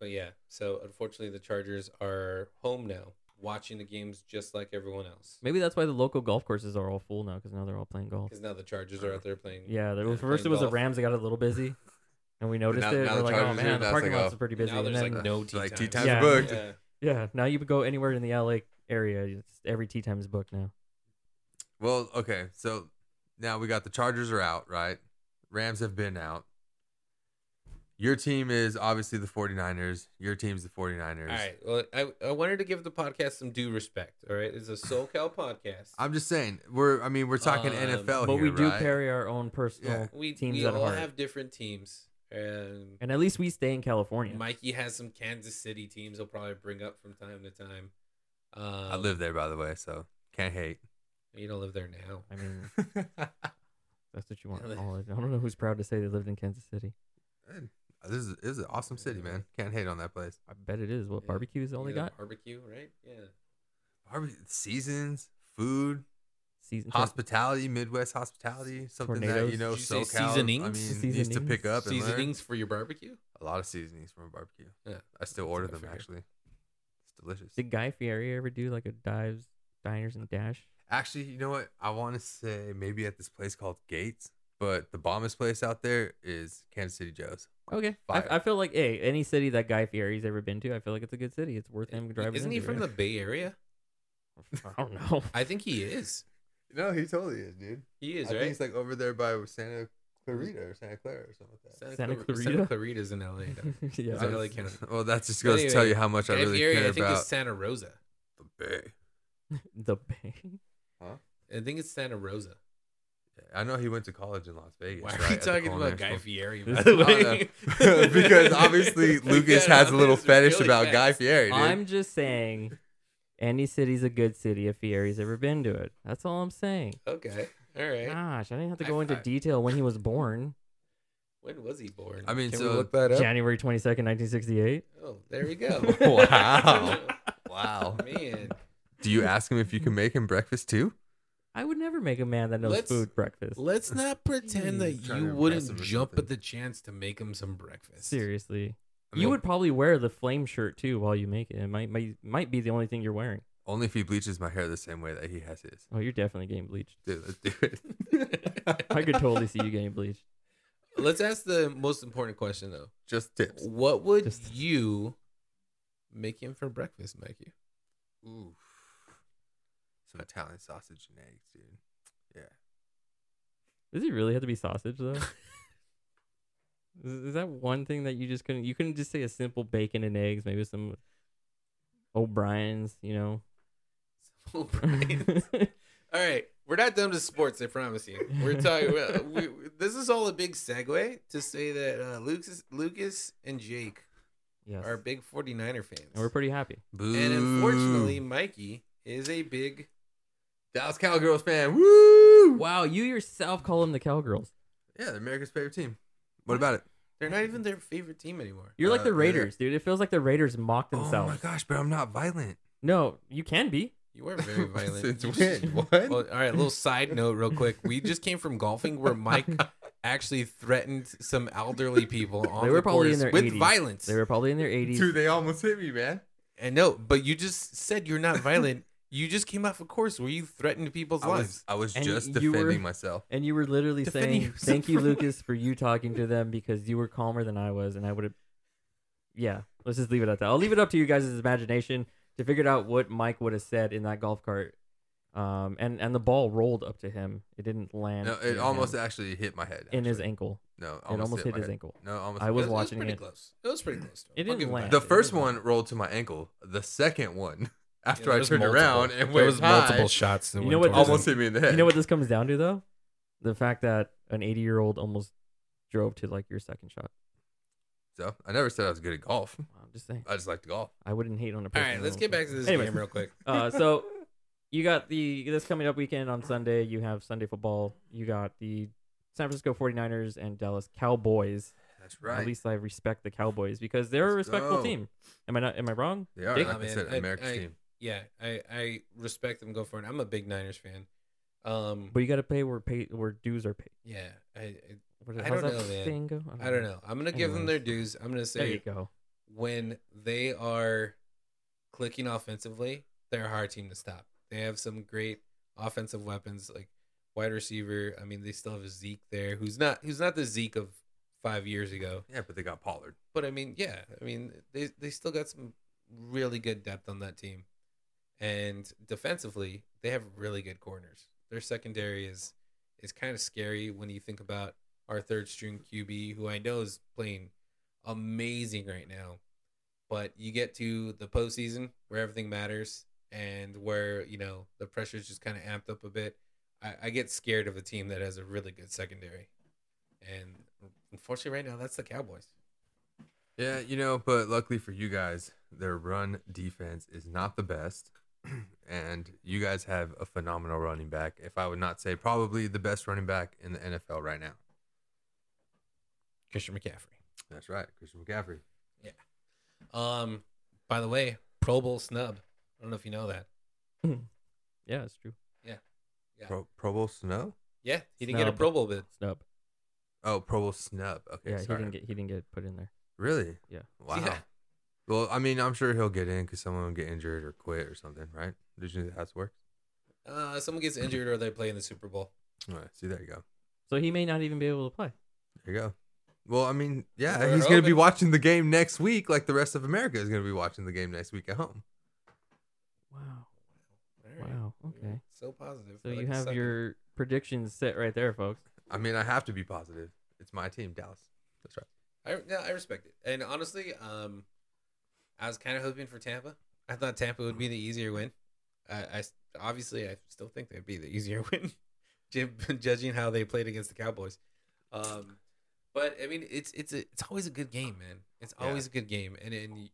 S2: but yeah, so unfortunately, the Chargers are home now, watching the games just like everyone else.
S3: Maybe that's why the local golf courses are all full now because now they're all playing golf.
S2: Because now the Chargers are out there playing.
S3: Yeah, there was,
S2: they're
S3: first it
S2: playing
S3: was the
S2: golf.
S3: Rams that got a little busy, and we noticed
S1: now-
S3: it.
S1: now
S3: We're
S1: the
S3: like, oh
S1: Chargers are-
S3: man, the
S1: that's
S3: parking
S1: like,
S3: lot's
S1: oh,
S3: pretty busy.
S2: Now
S3: and
S2: there's
S3: then,
S2: like no
S1: It's
S2: tea
S1: like
S2: time.
S1: tea time's
S3: Yeah.
S1: booked.
S2: Yeah.
S3: yeah, now you go anywhere in the LA area, it's every tea time's booked now.
S1: Well, okay, so now we got the Chargers are out, right? Rams have been out. Your team is obviously the 49ers. Your team's the 49ers.
S2: All right. Well, I, I wanted to give the podcast some due respect. All right, it's a SoCal podcast.
S1: I'm just saying, we're I mean, we're talking
S2: Um,
S1: NFL
S3: but
S1: here,
S3: we do
S1: Oh, right?
S3: carry our own personal
S1: Yeah.
S2: we
S3: teams
S2: we
S3: at
S2: all
S3: heart.
S2: have different teams, and
S3: And at least we stay in California.
S2: Mikey has some Kansas City teams he'll probably bring up from time to time. Um,
S1: I live there by the way, so can't hate.
S2: You don't live there now.
S3: I mean,
S1: this
S3: that's what you want.
S2: Yeah,
S3: to
S2: they-
S3: call it. I don't know who's proud to say they lived in Kansas City.
S1: is this is an awesome city, man. Can't hate on that place.
S3: I bet it is. What
S2: Yeah.
S3: barbecue is all
S2: You
S3: they
S2: know,
S3: got?
S2: Barbecue, right? Yeah.
S1: Barbecue seasons, food,
S3: season.
S1: hospitality, Midwest hospitality, something that you
S3: Tornadoes.
S1: know,
S2: Did you say
S1: SoCal.
S2: seasonings?
S1: I mean, needs to
S3: Seasonings?
S1: pick up and learn.
S2: Seasonings for your barbecue?
S1: A lot of seasonings from a barbecue.
S2: Yeah,
S1: I still
S2: that's
S1: order
S2: what I
S1: them
S2: figured.
S1: actually. It's delicious.
S3: Did Guy Fieri ever do like a dives, diners, and dash?
S1: Actually, you know what? I want to say maybe at this place called Gates, but the bombest place out there is Kansas City Joe's.
S3: Okay, I,
S1: Fire.
S3: I feel like hey, any city that Guy Fieri's ever been to, I feel like it's a good city. It's worth him driving.
S2: Isn't he from the Bay Area?
S3: the? <laughs> I don't know.
S2: I think he is.
S1: No, he totally is, dude.
S2: He is,
S1: I
S2: right?
S1: think it's like over there by Santa Clarita or Santa Clara or something like that.
S2: Santa,
S3: Santa
S2: Clarita.
S3: Clarita?
S2: Santa Clarita's in LA.
S3: <laughs>
S2: though.
S3: yeah,
S2: Is that LA, Canada?
S1: <laughs> well, that just
S2: But
S1: goes to tell
S2: anyway,
S1: you how much I
S2: Guy
S1: really
S2: Fieri,
S1: care
S2: I think
S1: about
S2: it's Santa Rosa.
S1: the Bay.
S3: the Bay.
S2: I think it's Santa Rosa.
S1: I know he went to college in Las Vegas.
S2: Why are
S1: right,
S2: we
S1: at the
S2: talking
S1: Culinary
S2: about Guy
S1: School.
S2: Fieri?
S3: This-
S2: By the way?
S1: I don't
S2: <laughs>
S1: know. <laughs> because obviously Lucas
S2: Yeah,
S1: has a
S2: <laughs>
S1: little
S2: this is
S1: fetish
S2: really
S1: about
S2: fast.
S1: Guy Fieri. Dude.
S3: I'm just saying, any city's a good city if Fieri's ever been to it. That's all I'm saying.
S2: Okay. All right.
S3: Gosh, I didn't have to
S2: High
S3: go into
S2: five.
S3: detail when he was born.
S2: When was he born?
S1: I mean,
S2: Can we
S1: so
S2: look that up?
S3: January 22nd, 1968.
S2: Oh, there we go.
S1: <laughs>
S2: <laughs> Oh,
S1: Wow. wow.
S2: Man.
S1: <laughs> Do you ask him if you can make him breakfast too?
S3: <laughs> I would never make a man that knows
S2: Let's-
S3: food breakfast.
S1: <laughs>
S2: Let's not
S1: Jeez.
S2: pretend that
S1: Hmm, Trying to
S2: you
S1: impress him
S2: wouldn't
S1: or
S2: jump
S1: something.
S2: at the chance to make him some breakfast.
S3: Seriously.
S1: I mean,
S3: you would probably wear the flame shirt too while you make it. It might might, might be the only thing you're wearing.
S1: only if he bleaches my hair the same way that he has his.
S3: Oh, you're definitely getting bleached.
S1: Dude, let's do it.
S2: <laughs>
S1: <laughs>
S3: I could totally see you getting bleached.
S2: Let's ask the most important question though.
S1: Just tips.
S2: What would
S3: Just-
S2: you make him for breakfast, Mikey?
S1: Ooh. Some Italian sausage and eggs, dude. Yeah.
S3: Does it really have to be sausage <laughs> though? is, is that one thing that you just couldn't? You couldn't just say a simple bacon and eggs. Maybe some O'Brien's. You know.
S2: <laughs> All
S3: <laughs>
S2: right, we're not done with sports. I promise you. We're talking.
S3: <laughs>
S2: About, we, this is all a big segue to say that uh, Lucas, Lucas, and Jake
S3: yes.
S2: are big 49er fans,
S3: and we're pretty happy.
S1: Boo.
S2: and unfortunately, Mikey is a big
S1: Dallas Cowgirls fan. Woo!
S3: Wow, you yourself call them the cowgirls.
S1: Yeah, they're America's favorite team. What about it?
S2: They're not even their favorite team anymore.
S3: You're like
S1: Uh,
S3: the
S1: yeah.
S3: Raiders, dude. It feels like the Raiders mocked
S1: Oh my
S3: themselves.
S1: gosh, but I'm not violent.
S3: no, you can be.
S2: You are
S3: <laughs>
S1: <laughs>
S2: very violent.
S1: Since
S2: You just-
S1: when? What?
S2: Well, all right, little side note, real quick. We just came from golfing where
S3: <laughs>
S2: Mike actually threatened some elderly people on
S3: They were
S2: the
S3: probably in
S2: course
S3: their
S2: with
S3: 80s.
S2: violence.
S3: They were probably in their 80s.
S1: Dude, they almost hit me, man.
S2: I know, but you just said you're not violent. you just came off a course where you threatened people's
S1: I was,
S2: lives.
S1: I was
S3: And
S1: just
S3: you were-
S1: defending myself.
S3: and you were literally
S2: Defend
S3: saying,
S2: yourself
S3: "Thank you,
S2: from-
S3: Lucas, for you talking to them because you were calmer than I was, and I would have." Yeah, let's just leave it at that. I'll leave it up to you guys' imagination to figure out what Mike would have said in that golf cart. Um, and and the ball rolled up to him. It didn't land.
S1: No,
S3: in
S1: it
S3: him,
S1: almost actually hit my head.
S3: in his
S1: actually.
S3: ankle.
S1: No,
S3: it almost hit
S1: my
S3: his
S1: head.
S3: ankle.
S1: No, almost.
S3: I
S1: hit
S3: was
S1: my-
S3: watching
S2: pretty
S3: it.
S2: close. It was pretty close.
S3: It didn't land.
S1: The
S3: It
S1: first
S3: was-
S1: one rolled to my ankle. The second one, <laughs> after I
S2: was
S1: turned
S2: multiple.
S1: around and
S2: there
S1: went
S2: was
S1: high,
S2: multiple shots. That
S3: You
S2: went
S3: know what
S2: towards
S1: almost
S2: him.
S1: hit me in the head.
S3: You know what this comes down to though? The fact that an 80 year old almost drove to like your second shot.
S1: So I never said I was good at golf.
S3: I'm just saying.
S1: I just like to golf.
S3: I wouldn't hate on a
S2: All
S3: person.
S2: right,
S3: that
S2: let's
S3: almost
S2: get
S3: drove.
S2: back to this
S3: Anyways.
S2: game real quick.
S3: <laughs> Uh, so you got the this coming up weekend on Sunday. You have Sunday football. You got the San Francisco 49ers and Dallas Cowboys.
S1: That's
S3: At least I respect the Cowboys because they're a
S1: Let's
S3: respectful
S1: go.
S3: team. Am I not? Am I wrong?
S1: They are,
S3: Jake-
S1: like
S2: Nah,
S1: I
S2: man,
S1: said,
S2: I-
S1: America's
S2: I-
S1: team.
S2: <laughs> Yeah, I, I respect them. Go for it. I'm a big Niners fan. Um,
S3: But you got to pay where pay where dues are paid.
S2: yeah, I, I
S3: What,
S2: I
S3: how's
S2: don't
S3: that
S2: know, man.
S3: thing go?
S2: I don't know. I'm gonna give them their
S3: Anyways.
S2: dues. I'm gonna
S3: There you
S2: say
S3: go.
S2: when they are clicking offensively, they're a hard team to stop. They have some great offensive weapons like wide receiver. I mean, they still have Zeke there, who's not who's not the Zeke of five years ago.
S1: Yeah, but they got Pollard.
S2: But I mean, yeah, I mean they they still got some really good depth on that team, and defensively they have really good corners. Their secondary is is kind of scary when you think about our third string QB, who I know is playing amazing right now. But you get to the postseason where everything matters and where you know the pressure's just kind of amped up a bit. I, I get scared of a team that has a really good secondary, and unfortunately, right now that's the Cowboys.
S1: Yeah, you know, but luckily for you guys, their run defense is not the best. <clears throat> And you guys have a phenomenal running back. If I would not say probably the best running back in the NFL right now.
S2: Christian McCaffrey.
S1: That's right, Christian McCaffrey.
S2: Um, by the way, Pro Bowl snub. I don't know if you know that.
S3: Yeah, it's true.
S2: Yeah.
S1: Pro, Pro Bowl snub?
S2: Yeah, he didn't get a
S3: Snub.
S2: Pro Bowl bid.
S3: Snub.
S1: Oh, Pro Bowl snub. Okay,
S3: Yeah, he
S1: sorry.
S3: didn't get he didn't get put in there.
S1: really?
S3: Yeah.
S1: Wow.
S2: Yeah.
S1: Well, I mean, I'm sure he'll get in because someone will get injured or quit or something, right? Usually that's works.
S2: Uh, someone gets injured or they play in the Super Bowl.
S1: All right. See, there you go.
S3: So he may not even be able to play.
S1: There you go. Well, I mean, yeah,
S2: We're
S1: he's going to be
S2: hoping.
S1: watching the game next week, like the rest of America is going to be watching the game next week at home.
S3: Wow.
S2: All right.
S3: Wow, okay.
S2: So positive.
S3: So
S2: I like
S3: you
S2: to
S3: have
S2: suck it.
S3: your predictions set right there, folks.
S1: I mean, I have to be positive. It's my team, Dallas. That's right.
S2: I yeah, I respect it. And honestly, um, I was kind of hoping for Tampa. I thought Tampa would be the easier win. I, I s- obviously I still think they'd be the easier <laughs> win, ju- <laughs> judging how they played against the Cowboys. Um, but I mean, it's it's a, it's always a good game, man. It's
S1: Yeah.
S2: always a good game, and and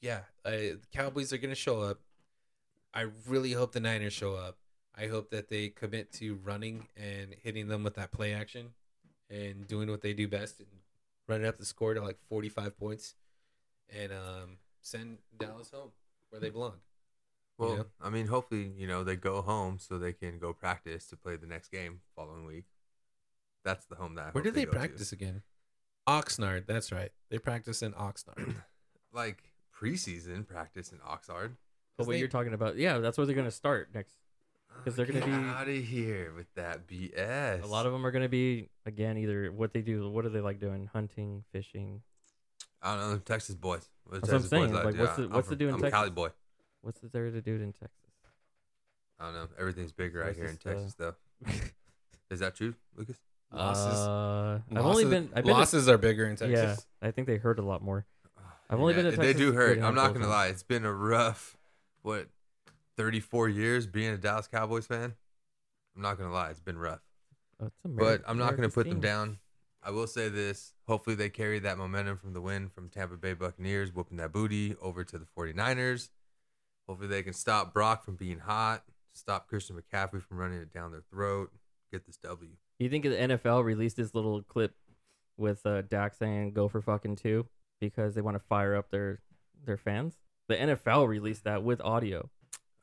S2: yeah, I, the Cowboys are gonna show up. I really hope the Niners show up. I hope that they commit to running and hitting them with that play action and doing what they do best and running up the score to like 45 points and um, send Dallas home where they belong.
S1: Well,
S2: Yeah.
S1: I mean, hopefully, you know, they go home so they can go practice to play the next game following week. That's the home that. I
S2: Where
S1: hope
S2: do they
S1: go to.
S2: practice again? Oxnard. That's right. They practice in Oxnard.
S1: Like preseason practice in Oxnard.
S3: But
S2: 'Cause
S3: what
S2: they-
S3: you're talking about, yeah, that's where they're going to start next. 'Cause they're gonna be-
S1: out of here with that BS.
S3: A lot of them are going to be again either what they do, what do they like doing? Hunting, fishing.
S1: I don't know them Texas boys. What
S3: That's what I'm
S1: Texas
S3: saying,
S1: Boys
S3: like,
S1: do?
S3: what's
S1: I-
S3: the-
S1: I'm
S3: what's the
S1: from-
S3: do in
S1: I'm a
S3: Texas?
S1: Cali boy.
S3: What's there to do in Texas?
S1: I don't know. Everything's bigger out
S3: Where's
S1: here in
S3: this, uh,
S1: Texas,
S3: <laughs>
S1: though. Is that true, Lucas?
S2: Losses.
S3: Uh, I've only been. I've been to-
S2: losses are bigger in Texas.
S3: Yeah, I think they hurt a
S1: <sighs>
S3: lot more. I've only been to
S1: They do
S3: Texas
S1: hurt.
S3: pretty
S1: I'm not
S3: handful of
S1: gonna
S3: times.
S1: lie. It's been a rough, what, 34 years being a Dallas Cowboys fan. I'm not gonna lie. It's been rough,
S3: Oh, it's a
S1: but
S3: Ameri-
S1: I'm not gonna
S3: America's
S1: put them
S3: team.
S1: down. I will say this. Hopefully, they carry that momentum from the win from Tampa Bay Buccaneers, whooping that booty over to the 49ers. Hopefully, they can stop Brock from being hot, stop Christian McCaffrey from running it down their throat, get this W.
S3: You think the NFL released this little clip with uh, Dak saying "Go for fucking two because they want to fire up their their fans? The NFL released that with audio.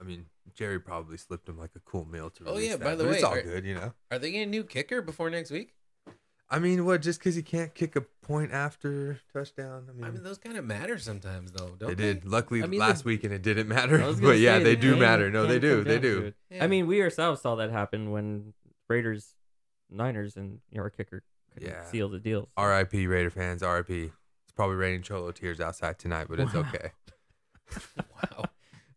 S1: I mean, Jerry probably slipped him like a cool meal to
S2: Oh,
S1: release
S2: yeah,
S1: that,
S2: by the
S1: but it's
S2: way,
S1: all
S2: are-
S1: good, you know.
S2: Are they getting a new kicker before next week?
S1: I mean, what? Just because he can't kick a point after touchdown? I mean,
S2: I mean, those kind of matter sometimes, though, don't
S1: they
S2: they?
S1: did. Luckily,
S3: I mean,
S1: last
S3: the-
S1: week and it didn't matter. <laughs>
S3: I was gonna
S1: But yeah,
S3: say,
S1: they
S3: the
S1: do
S3: game
S1: matter. No, they
S3: can come
S1: do. They
S3: down to
S1: do.
S3: it.
S2: Yeah.
S3: I mean, <laughs> we ourselves saw that happen when Raiders, Niners, and you know, our kicker couldn't
S1: Yeah.
S3: seal the deals.
S1: R.I.P. Raider fans. R.I.P. It's probably raining cholo tears outside tonight, but it's
S3: Wow.
S1: okay.
S2: <laughs> wow.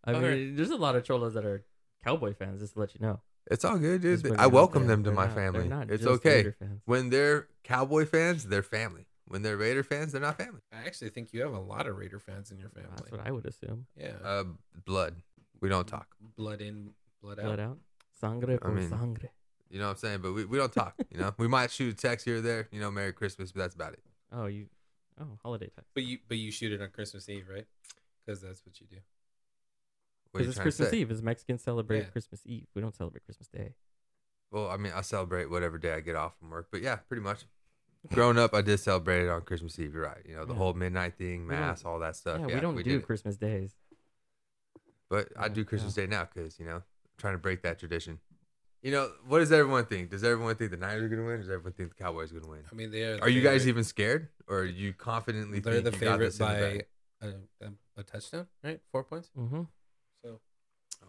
S3: I mean,
S2: Alright.
S3: there's a lot of cholos that are Cowboy fans. Just to let you know,
S1: It's all good,
S3: Just
S1: dude.
S3: when
S1: I
S3: you're
S1: welcome
S3: there,
S1: them to
S3: they're
S1: my
S3: not- they're
S1: family.
S3: not
S1: It's
S3: just
S1: okay.
S3: Raider fans.
S1: When they're Cowboy fans, they're family. When they're Raider fans, they're not family.
S2: I actually think you have a lot of Raider fans in your family.
S3: That's what I would assume.
S2: yeah.
S1: Uh, blood. We don't talk.
S2: blood in, blood out.
S3: Let out sangre
S1: I
S3: por
S1: mean-
S3: sangre.
S1: You know what I'm saying? But we, we don't talk. You know, we might shoot a text here or there. You know, Merry Christmas, but that's about it.
S3: Oh, you. Oh, holiday time.
S2: But you but you shoot it on Christmas Eve, right? Because that's what you do.
S1: What are
S3: Because
S1: you
S3: it's
S1: trying to
S3: Christmas
S1: say?
S3: Eve. Is Mexicans celebrate
S2: Yeah.
S3: Christmas Eve? We don't celebrate Christmas Day.
S1: Well, I mean, I celebrate whatever day I get off from work, but yeah, pretty much. Growing up, I did celebrate it on Christmas Eve. You're right. You know, the
S3: Yeah.
S1: whole midnight thing,
S3: We don't-
S1: mass, all that stuff.
S3: yeah,
S1: Yeah,
S3: we don't do
S1: did it.
S3: Christmas days.
S1: But I
S3: yeah,
S1: do Christmas Day now because you know, I'm trying to break that tradition. You know, what does everyone think? Does everyone think the Niners are gonna win? Or does everyone think the Cowboys are gonna win?
S2: I mean, they are.
S1: Are you guys
S2: favorite-
S1: even scared, or are you confidently?
S2: They're
S1: think
S2: the
S1: you got
S2: favorite
S1: this in the
S2: by
S1: bag?
S2: a, a, a touchdown, right? Four points.
S3: hmm
S2: So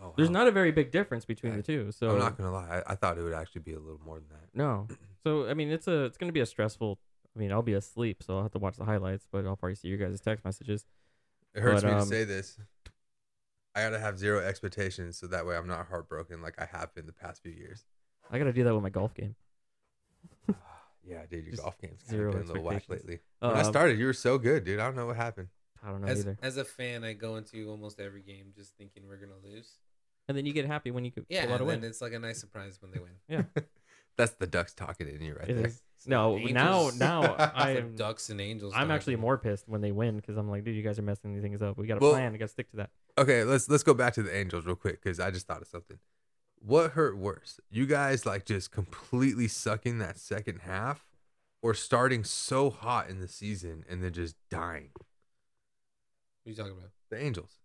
S1: Oh,
S3: There's
S1: wow.
S3: not a very big difference between the two. So
S1: I'm not gonna lie. I, I thought it would actually be a little more than that.
S3: no. So I mean, it's a it's gonna be a stressful. I mean, I'll be asleep, so I'll have to watch the highlights, but I'll probably see you guys' text messages.
S1: It hurts
S3: But,
S1: me
S3: um,
S1: to say this. I gotta have zero expectations, so that way I'm not heartbroken like I have been the past few years.
S3: I gotta do that with my golf game.
S1: <sighs> Yeah, dude, your
S3: Just
S1: golf game's kind
S3: zero
S1: of been a little whack
S3: expectations.
S1: lately. When I
S3: Um,
S1: started, you were so good, dude. I don't know what happened.
S3: I don't know
S2: as
S3: either.
S2: as a fan, I go into almost every game just thinking we're gonna lose.
S3: And then you get happy when you get
S2: Yeah,
S3: pull out a
S2: and
S3: win.
S2: then it's like a nice surprise when
S3: <laughs>
S2: they win.
S1: That's the ducks talking in you right
S3: It
S1: there.
S2: <laughs>
S3: is. No,
S2: Angels-
S3: now now
S1: It's
S2: <laughs>
S3: I
S2: It's
S3: am.
S2: like ducks and angels.
S3: I'm
S2: dog.
S3: actually more pissed when they win because I'm like, dude, you guys are messing these things up. We got a
S1: Well-
S3: plan. We got to stick to that.
S1: Okay, let's let's go back to the Angels real quick because I just thought of something. What hurt worse, you guys like just completely sucking that second half, or starting so hot in the season and then just dying?
S2: What are you talking about?
S1: The Angels.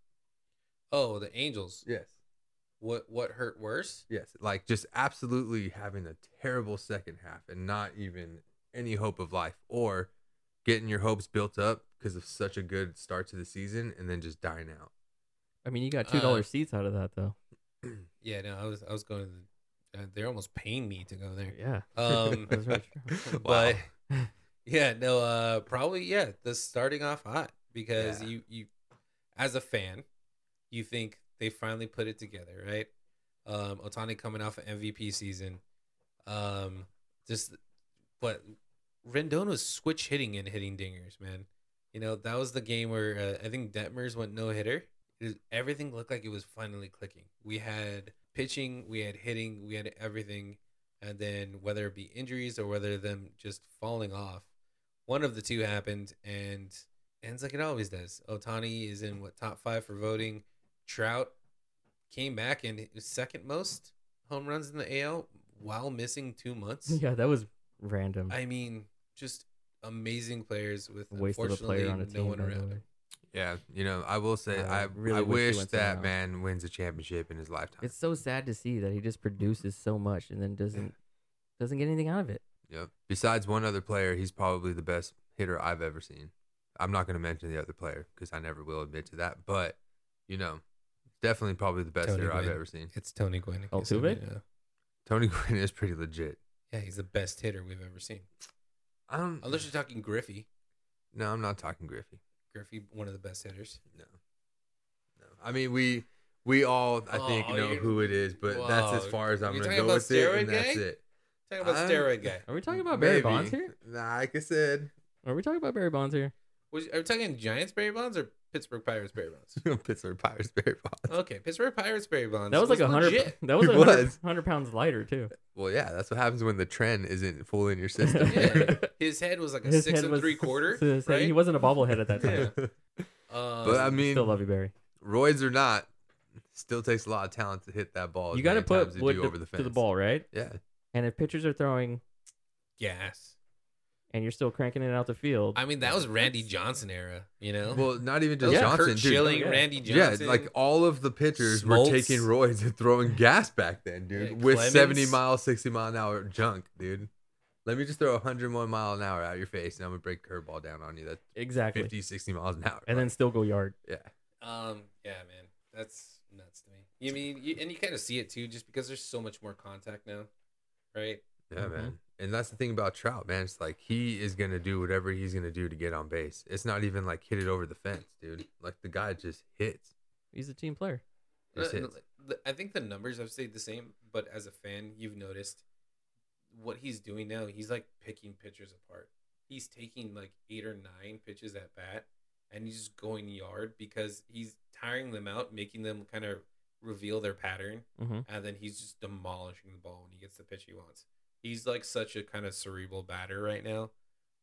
S2: Oh, the angels.
S1: Yes.
S2: what what hurt worse? <clears throat>
S1: Yes, like just absolutely having a terrible second half and not even any hope of life or getting your hopes built up because of such a good start to the season and then just dying out.
S3: I mean, you got
S2: Uh,
S3: two dollar seats out of that though.
S2: Yeah, no, I was I was going. To the, uh, they're almost paying me to go there.
S3: Yeah,
S2: Um,
S3: <laughs> that's very
S2: <laughs>
S3: true.
S2: But yeah, no, uh, probably yeah. The starting off hot because
S1: Yeah.
S2: you you, as a fan, you think they finally put it together, right? Um, Otani coming off an MVP season, um, just but Rendon was switch hitting and hitting dingers, man. You know that was the game where uh, I think Detmers went no hitter. Everything looked like it was finally clicking. We had pitching, we had hitting, we had everything, and then whether it be injuries or whether them just falling off, one of the two happened and ends like it always does. Otani is in what top five for voting. Trout came back and it was second most home runs in the AL while missing two months.
S3: <laughs> yeah, that was random.
S2: I mean, just amazing players with
S3: Waste of a
S2: unfortunately
S3: player on
S2: no
S3: a team.
S2: one
S3: by the
S2: around.
S3: way.
S2: him.
S1: yeah, you know, I will say
S3: I
S1: I,
S3: really
S1: I
S3: wish he
S1: wish
S3: went
S1: that
S3: somewhere
S1: man wins a championship in his lifetime.
S3: It's so sad to see that he just produces so much and then doesn't doesn't get anything out of it.
S1: Yep. Besides one other player, he's probably the best hitter I've ever seen. I'm not going to mention the other player because I never will admit to that. But you know, definitely probably the best
S2: Tony
S1: hitter I've
S2: Gwynn.
S1: ever seen.
S2: It's Tony Gwynn. in case
S3: Altuve?
S2: anybody know.
S1: Tony <laughs> Gwynn is pretty legit.
S2: Yeah, he's the best hitter we've ever seen.
S1: I don't.
S2: Unless you're talking Griffey.
S1: no, I'm not talking Griffey.
S2: Griffey, one of the best hitters.
S1: No. No. I mean, we we all I think
S2: Oh,
S1: know
S2: you're-
S1: who it is, but that's as
S2: Whoa.
S1: far as I'm
S2: You're
S1: going to
S2: talking
S1: go
S2: about
S1: with it, and
S2: steroid
S1: that's
S2: guy?
S1: it.
S2: Talking about
S1: I'm-
S2: steroid guy.
S3: Are we talking about Barry
S1: Maybe.
S3: Bonds here?
S1: Nah, like I said, <laughs>
S3: Are we talking about Barry Bonds here?
S2: Was, are we talking Giants Barry Bonds or Pittsburgh Pirates Barry <laughs> Bonds?
S1: Pittsburgh Pirates, Barry Bonds.
S2: Okay, Pittsburgh Pirates Barry Bonds.
S3: That was like a hundred.
S2: legit.
S3: <laughs>
S1: <laughs>
S3: That was
S1: He
S3: like 100,
S1: was.
S3: 100 pounds
S1: <laughs>
S3: lighter too.
S1: Well, yeah, that's what happens when the trend isn't full in your
S3: <laughs>
S1: system. <laughs>
S2: Yeah. His head was like a six and three <laughs> quarter.
S3: so <laughs> his head-
S2: right?
S3: He wasn't a bobblehead at that time.
S2: Yeah. Um,
S1: But <laughs> I mean,
S3: Still love you, Barry.
S1: roids or not, still takes a lot of talent to hit that ball.
S3: You
S1: got to
S3: put wood
S1: do
S3: to,
S1: over the
S3: to the
S1: fence.
S3: ball, right?
S1: Yeah,
S3: And if pitchers are throwing
S2: gas.
S3: and you're still cranking it out the field,
S2: I mean, that was Randy Johnson era. You know,
S1: well, not even
S2: That
S1: just
S2: was
S1: Johnson,
S2: Kurt
S1: dude.
S2: Schilling,
S3: Yeah.
S2: Randy
S1: Yeah,
S2: Johnson.
S1: like all of the pitchers
S2: Smoltz.
S1: were taking roids and throwing gas back then, dude,
S2: Yeah,
S1: with
S2: Clemens.
S1: 70 mile, 60 mile an hour junk, dude. Let me just throw 101 mile an hour out your face, and I'm gonna break curveball down on you. That's
S3: exactly.
S1: 50, 60 miles an hour.
S3: And then still go yard.
S1: yeah,
S2: Um, yeah, man, that's nuts to me. You mean, you, and you kind of see it too, just because there's so much more contact now, right?
S1: yeah,
S3: Mhm.
S1: man. And that's the thing about Trout, man. It's like he is gonna do whatever he's gonna do to get on base. It's not even like hit it over the fence, dude. Like the guy just hits.
S3: He's a team player.
S1: Just
S2: Uh,
S1: hits.
S2: the- I think the numbers have stayed the same, but as a fan, you've noticed what he's doing now. He's like picking pitchers apart. He's taking like eight or nine pitches at bat, and he's just going yard because he's tiring them out, making them kind of reveal their pattern.
S3: hmm
S2: and then he's just demolishing the ball when he gets the pitch he wants. He's like such a kind of cerebral batter right now.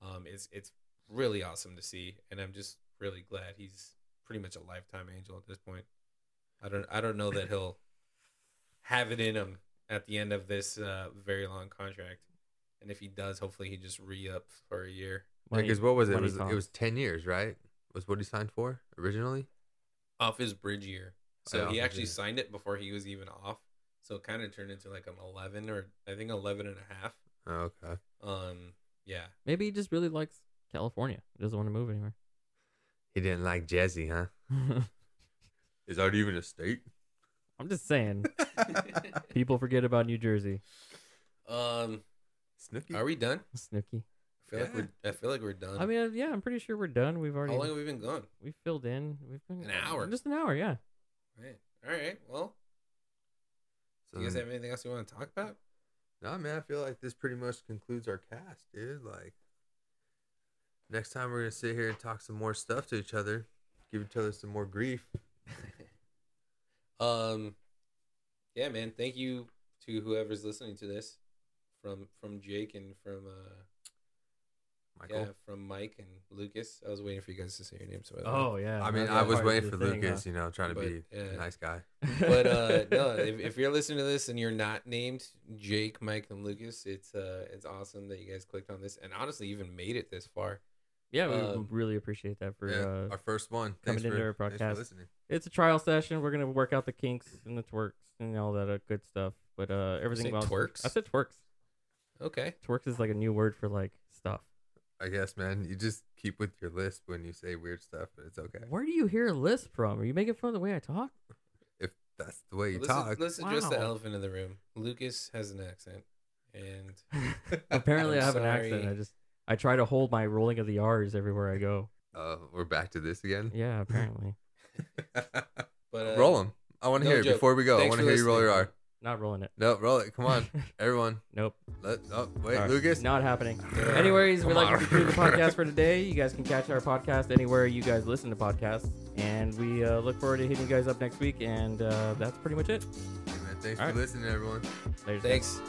S2: Um, it's it's really awesome to see, and I'm just really glad he's pretty much a lifetime angel at this point. I don't I don't know that he'll have it in him at the end of this uh, very long contract, and if he does, hopefully he just re ups for a year.
S1: Like, cause what was it? It
S3: money
S1: was, it
S3: talks.
S1: was ten years, right? Was what he signed for originally?
S2: off his bridge year. So
S1: Yeah.
S2: he actually
S1: Yeah.
S2: signed it before he was even off. So it kind of turned into like an 11 or I think 11 and a half.
S1: Oh, okay.
S2: Um, yeah.
S3: Maybe he just really likes California. He doesn't want to move anywhere.
S1: He didn't like Jesse, huh? Is that even a state?
S3: <laughs> I'm just saying. People forget about New Jersey.
S2: um, <laughs>
S1: Snooky.
S2: are we done?
S3: Snooky.
S2: I feel like
S1: Yeah.
S2: we're I feel like we're done.
S3: I mean, uh, yeah, I'm pretty sure we're done. We've
S2: how
S3: already
S2: long have we been gone?
S3: we filled in. We've been
S2: An hour.
S3: Just an hour, yeah.
S2: Right. All right. Well,
S1: So
S2: you guys
S1: then-
S2: have anything else you want to talk about?
S1: Nah, man, I feel like this pretty much concludes our cast, dude. Like, next time we're gonna sit here and talk some more stuff to each other, give each other some more grief.
S2: Um, yeah, man. Thank you to whoever's listening to this from from Jake and from uh
S1: Michael.
S2: yeah, from Mike and Lucas. I was waiting for you guys to say your names. So
S3: Oh yeah.
S1: I mean,
S3: that's
S1: I was
S3: part of
S1: waiting
S3: the
S1: for
S3: thing,
S1: Lucas, you know, trying to
S2: But,
S1: be
S2: yeah.
S1: a nice guy.
S3: huh?
S2: <laughs> but
S3: <laughs>
S2: uh no if, if you're listening to this and you're not named jake mike and lucas it's uh it's awesome that you guys clicked on this and honestly even made it this far
S3: Yeah, we
S2: Um,
S3: really appreciate that for.
S1: yeah,
S3: Uh,
S1: our first one.
S3: coming
S1: Thanks
S3: into
S1: for,
S3: our
S1: thanks for
S3: broadcast.
S1: listening.
S3: it's a trial session. We're gonna work out the kinks and the twerks and all that uh, good stuff. But uh, everything
S2: say
S3: else,
S2: twerks?
S3: I said twerks.
S2: Okay.
S3: Twerks is like a new word for like stuff.
S1: I guess, man. You just keep with your list when you say weird stuff, but it's okay.
S3: Where do you hear a list from? Are you making fun of the way I talk?
S1: If that's the way you
S2: let's,
S1: talk.
S2: let's address the
S3: Wow.
S2: elephant in the room. Lucas has an accent, and
S3: <laughs>
S2: <laughs>
S3: Apparently,
S2: <laughs> I'm
S3: I have an
S2: sorry.
S3: accent. I just I try to hold my rolling of the R's everywhere I go.
S1: Uh, we're back to this again.
S3: Yeah, apparently
S2: but uh,
S1: <laughs> roll them. I want to
S2: no
S1: hear it
S2: joke.
S1: before we go. I
S2: Thanks
S1: want to
S2: for
S1: hear you roll your
S2: listening.
S1: R.
S3: not rolling it.
S1: No, roll it. Come on, everyone.
S3: <laughs> Nope.
S1: Let, oh, wait,
S3: All right.
S1: Lucas.
S3: Not happening.
S1: <laughs>
S3: Anyways, we'd
S1: Come
S3: like to
S1: on.
S3: conclude
S1: <laughs>
S3: the podcast for today. You guys can catch our podcast anywhere you guys listen to podcasts. And we uh, look forward to hitting you guys up next week. And uh, that's pretty much it.
S1: Hey, man, thanks
S3: All
S1: for
S3: right.
S1: listening, everyone.
S3: Later.
S2: Thanks.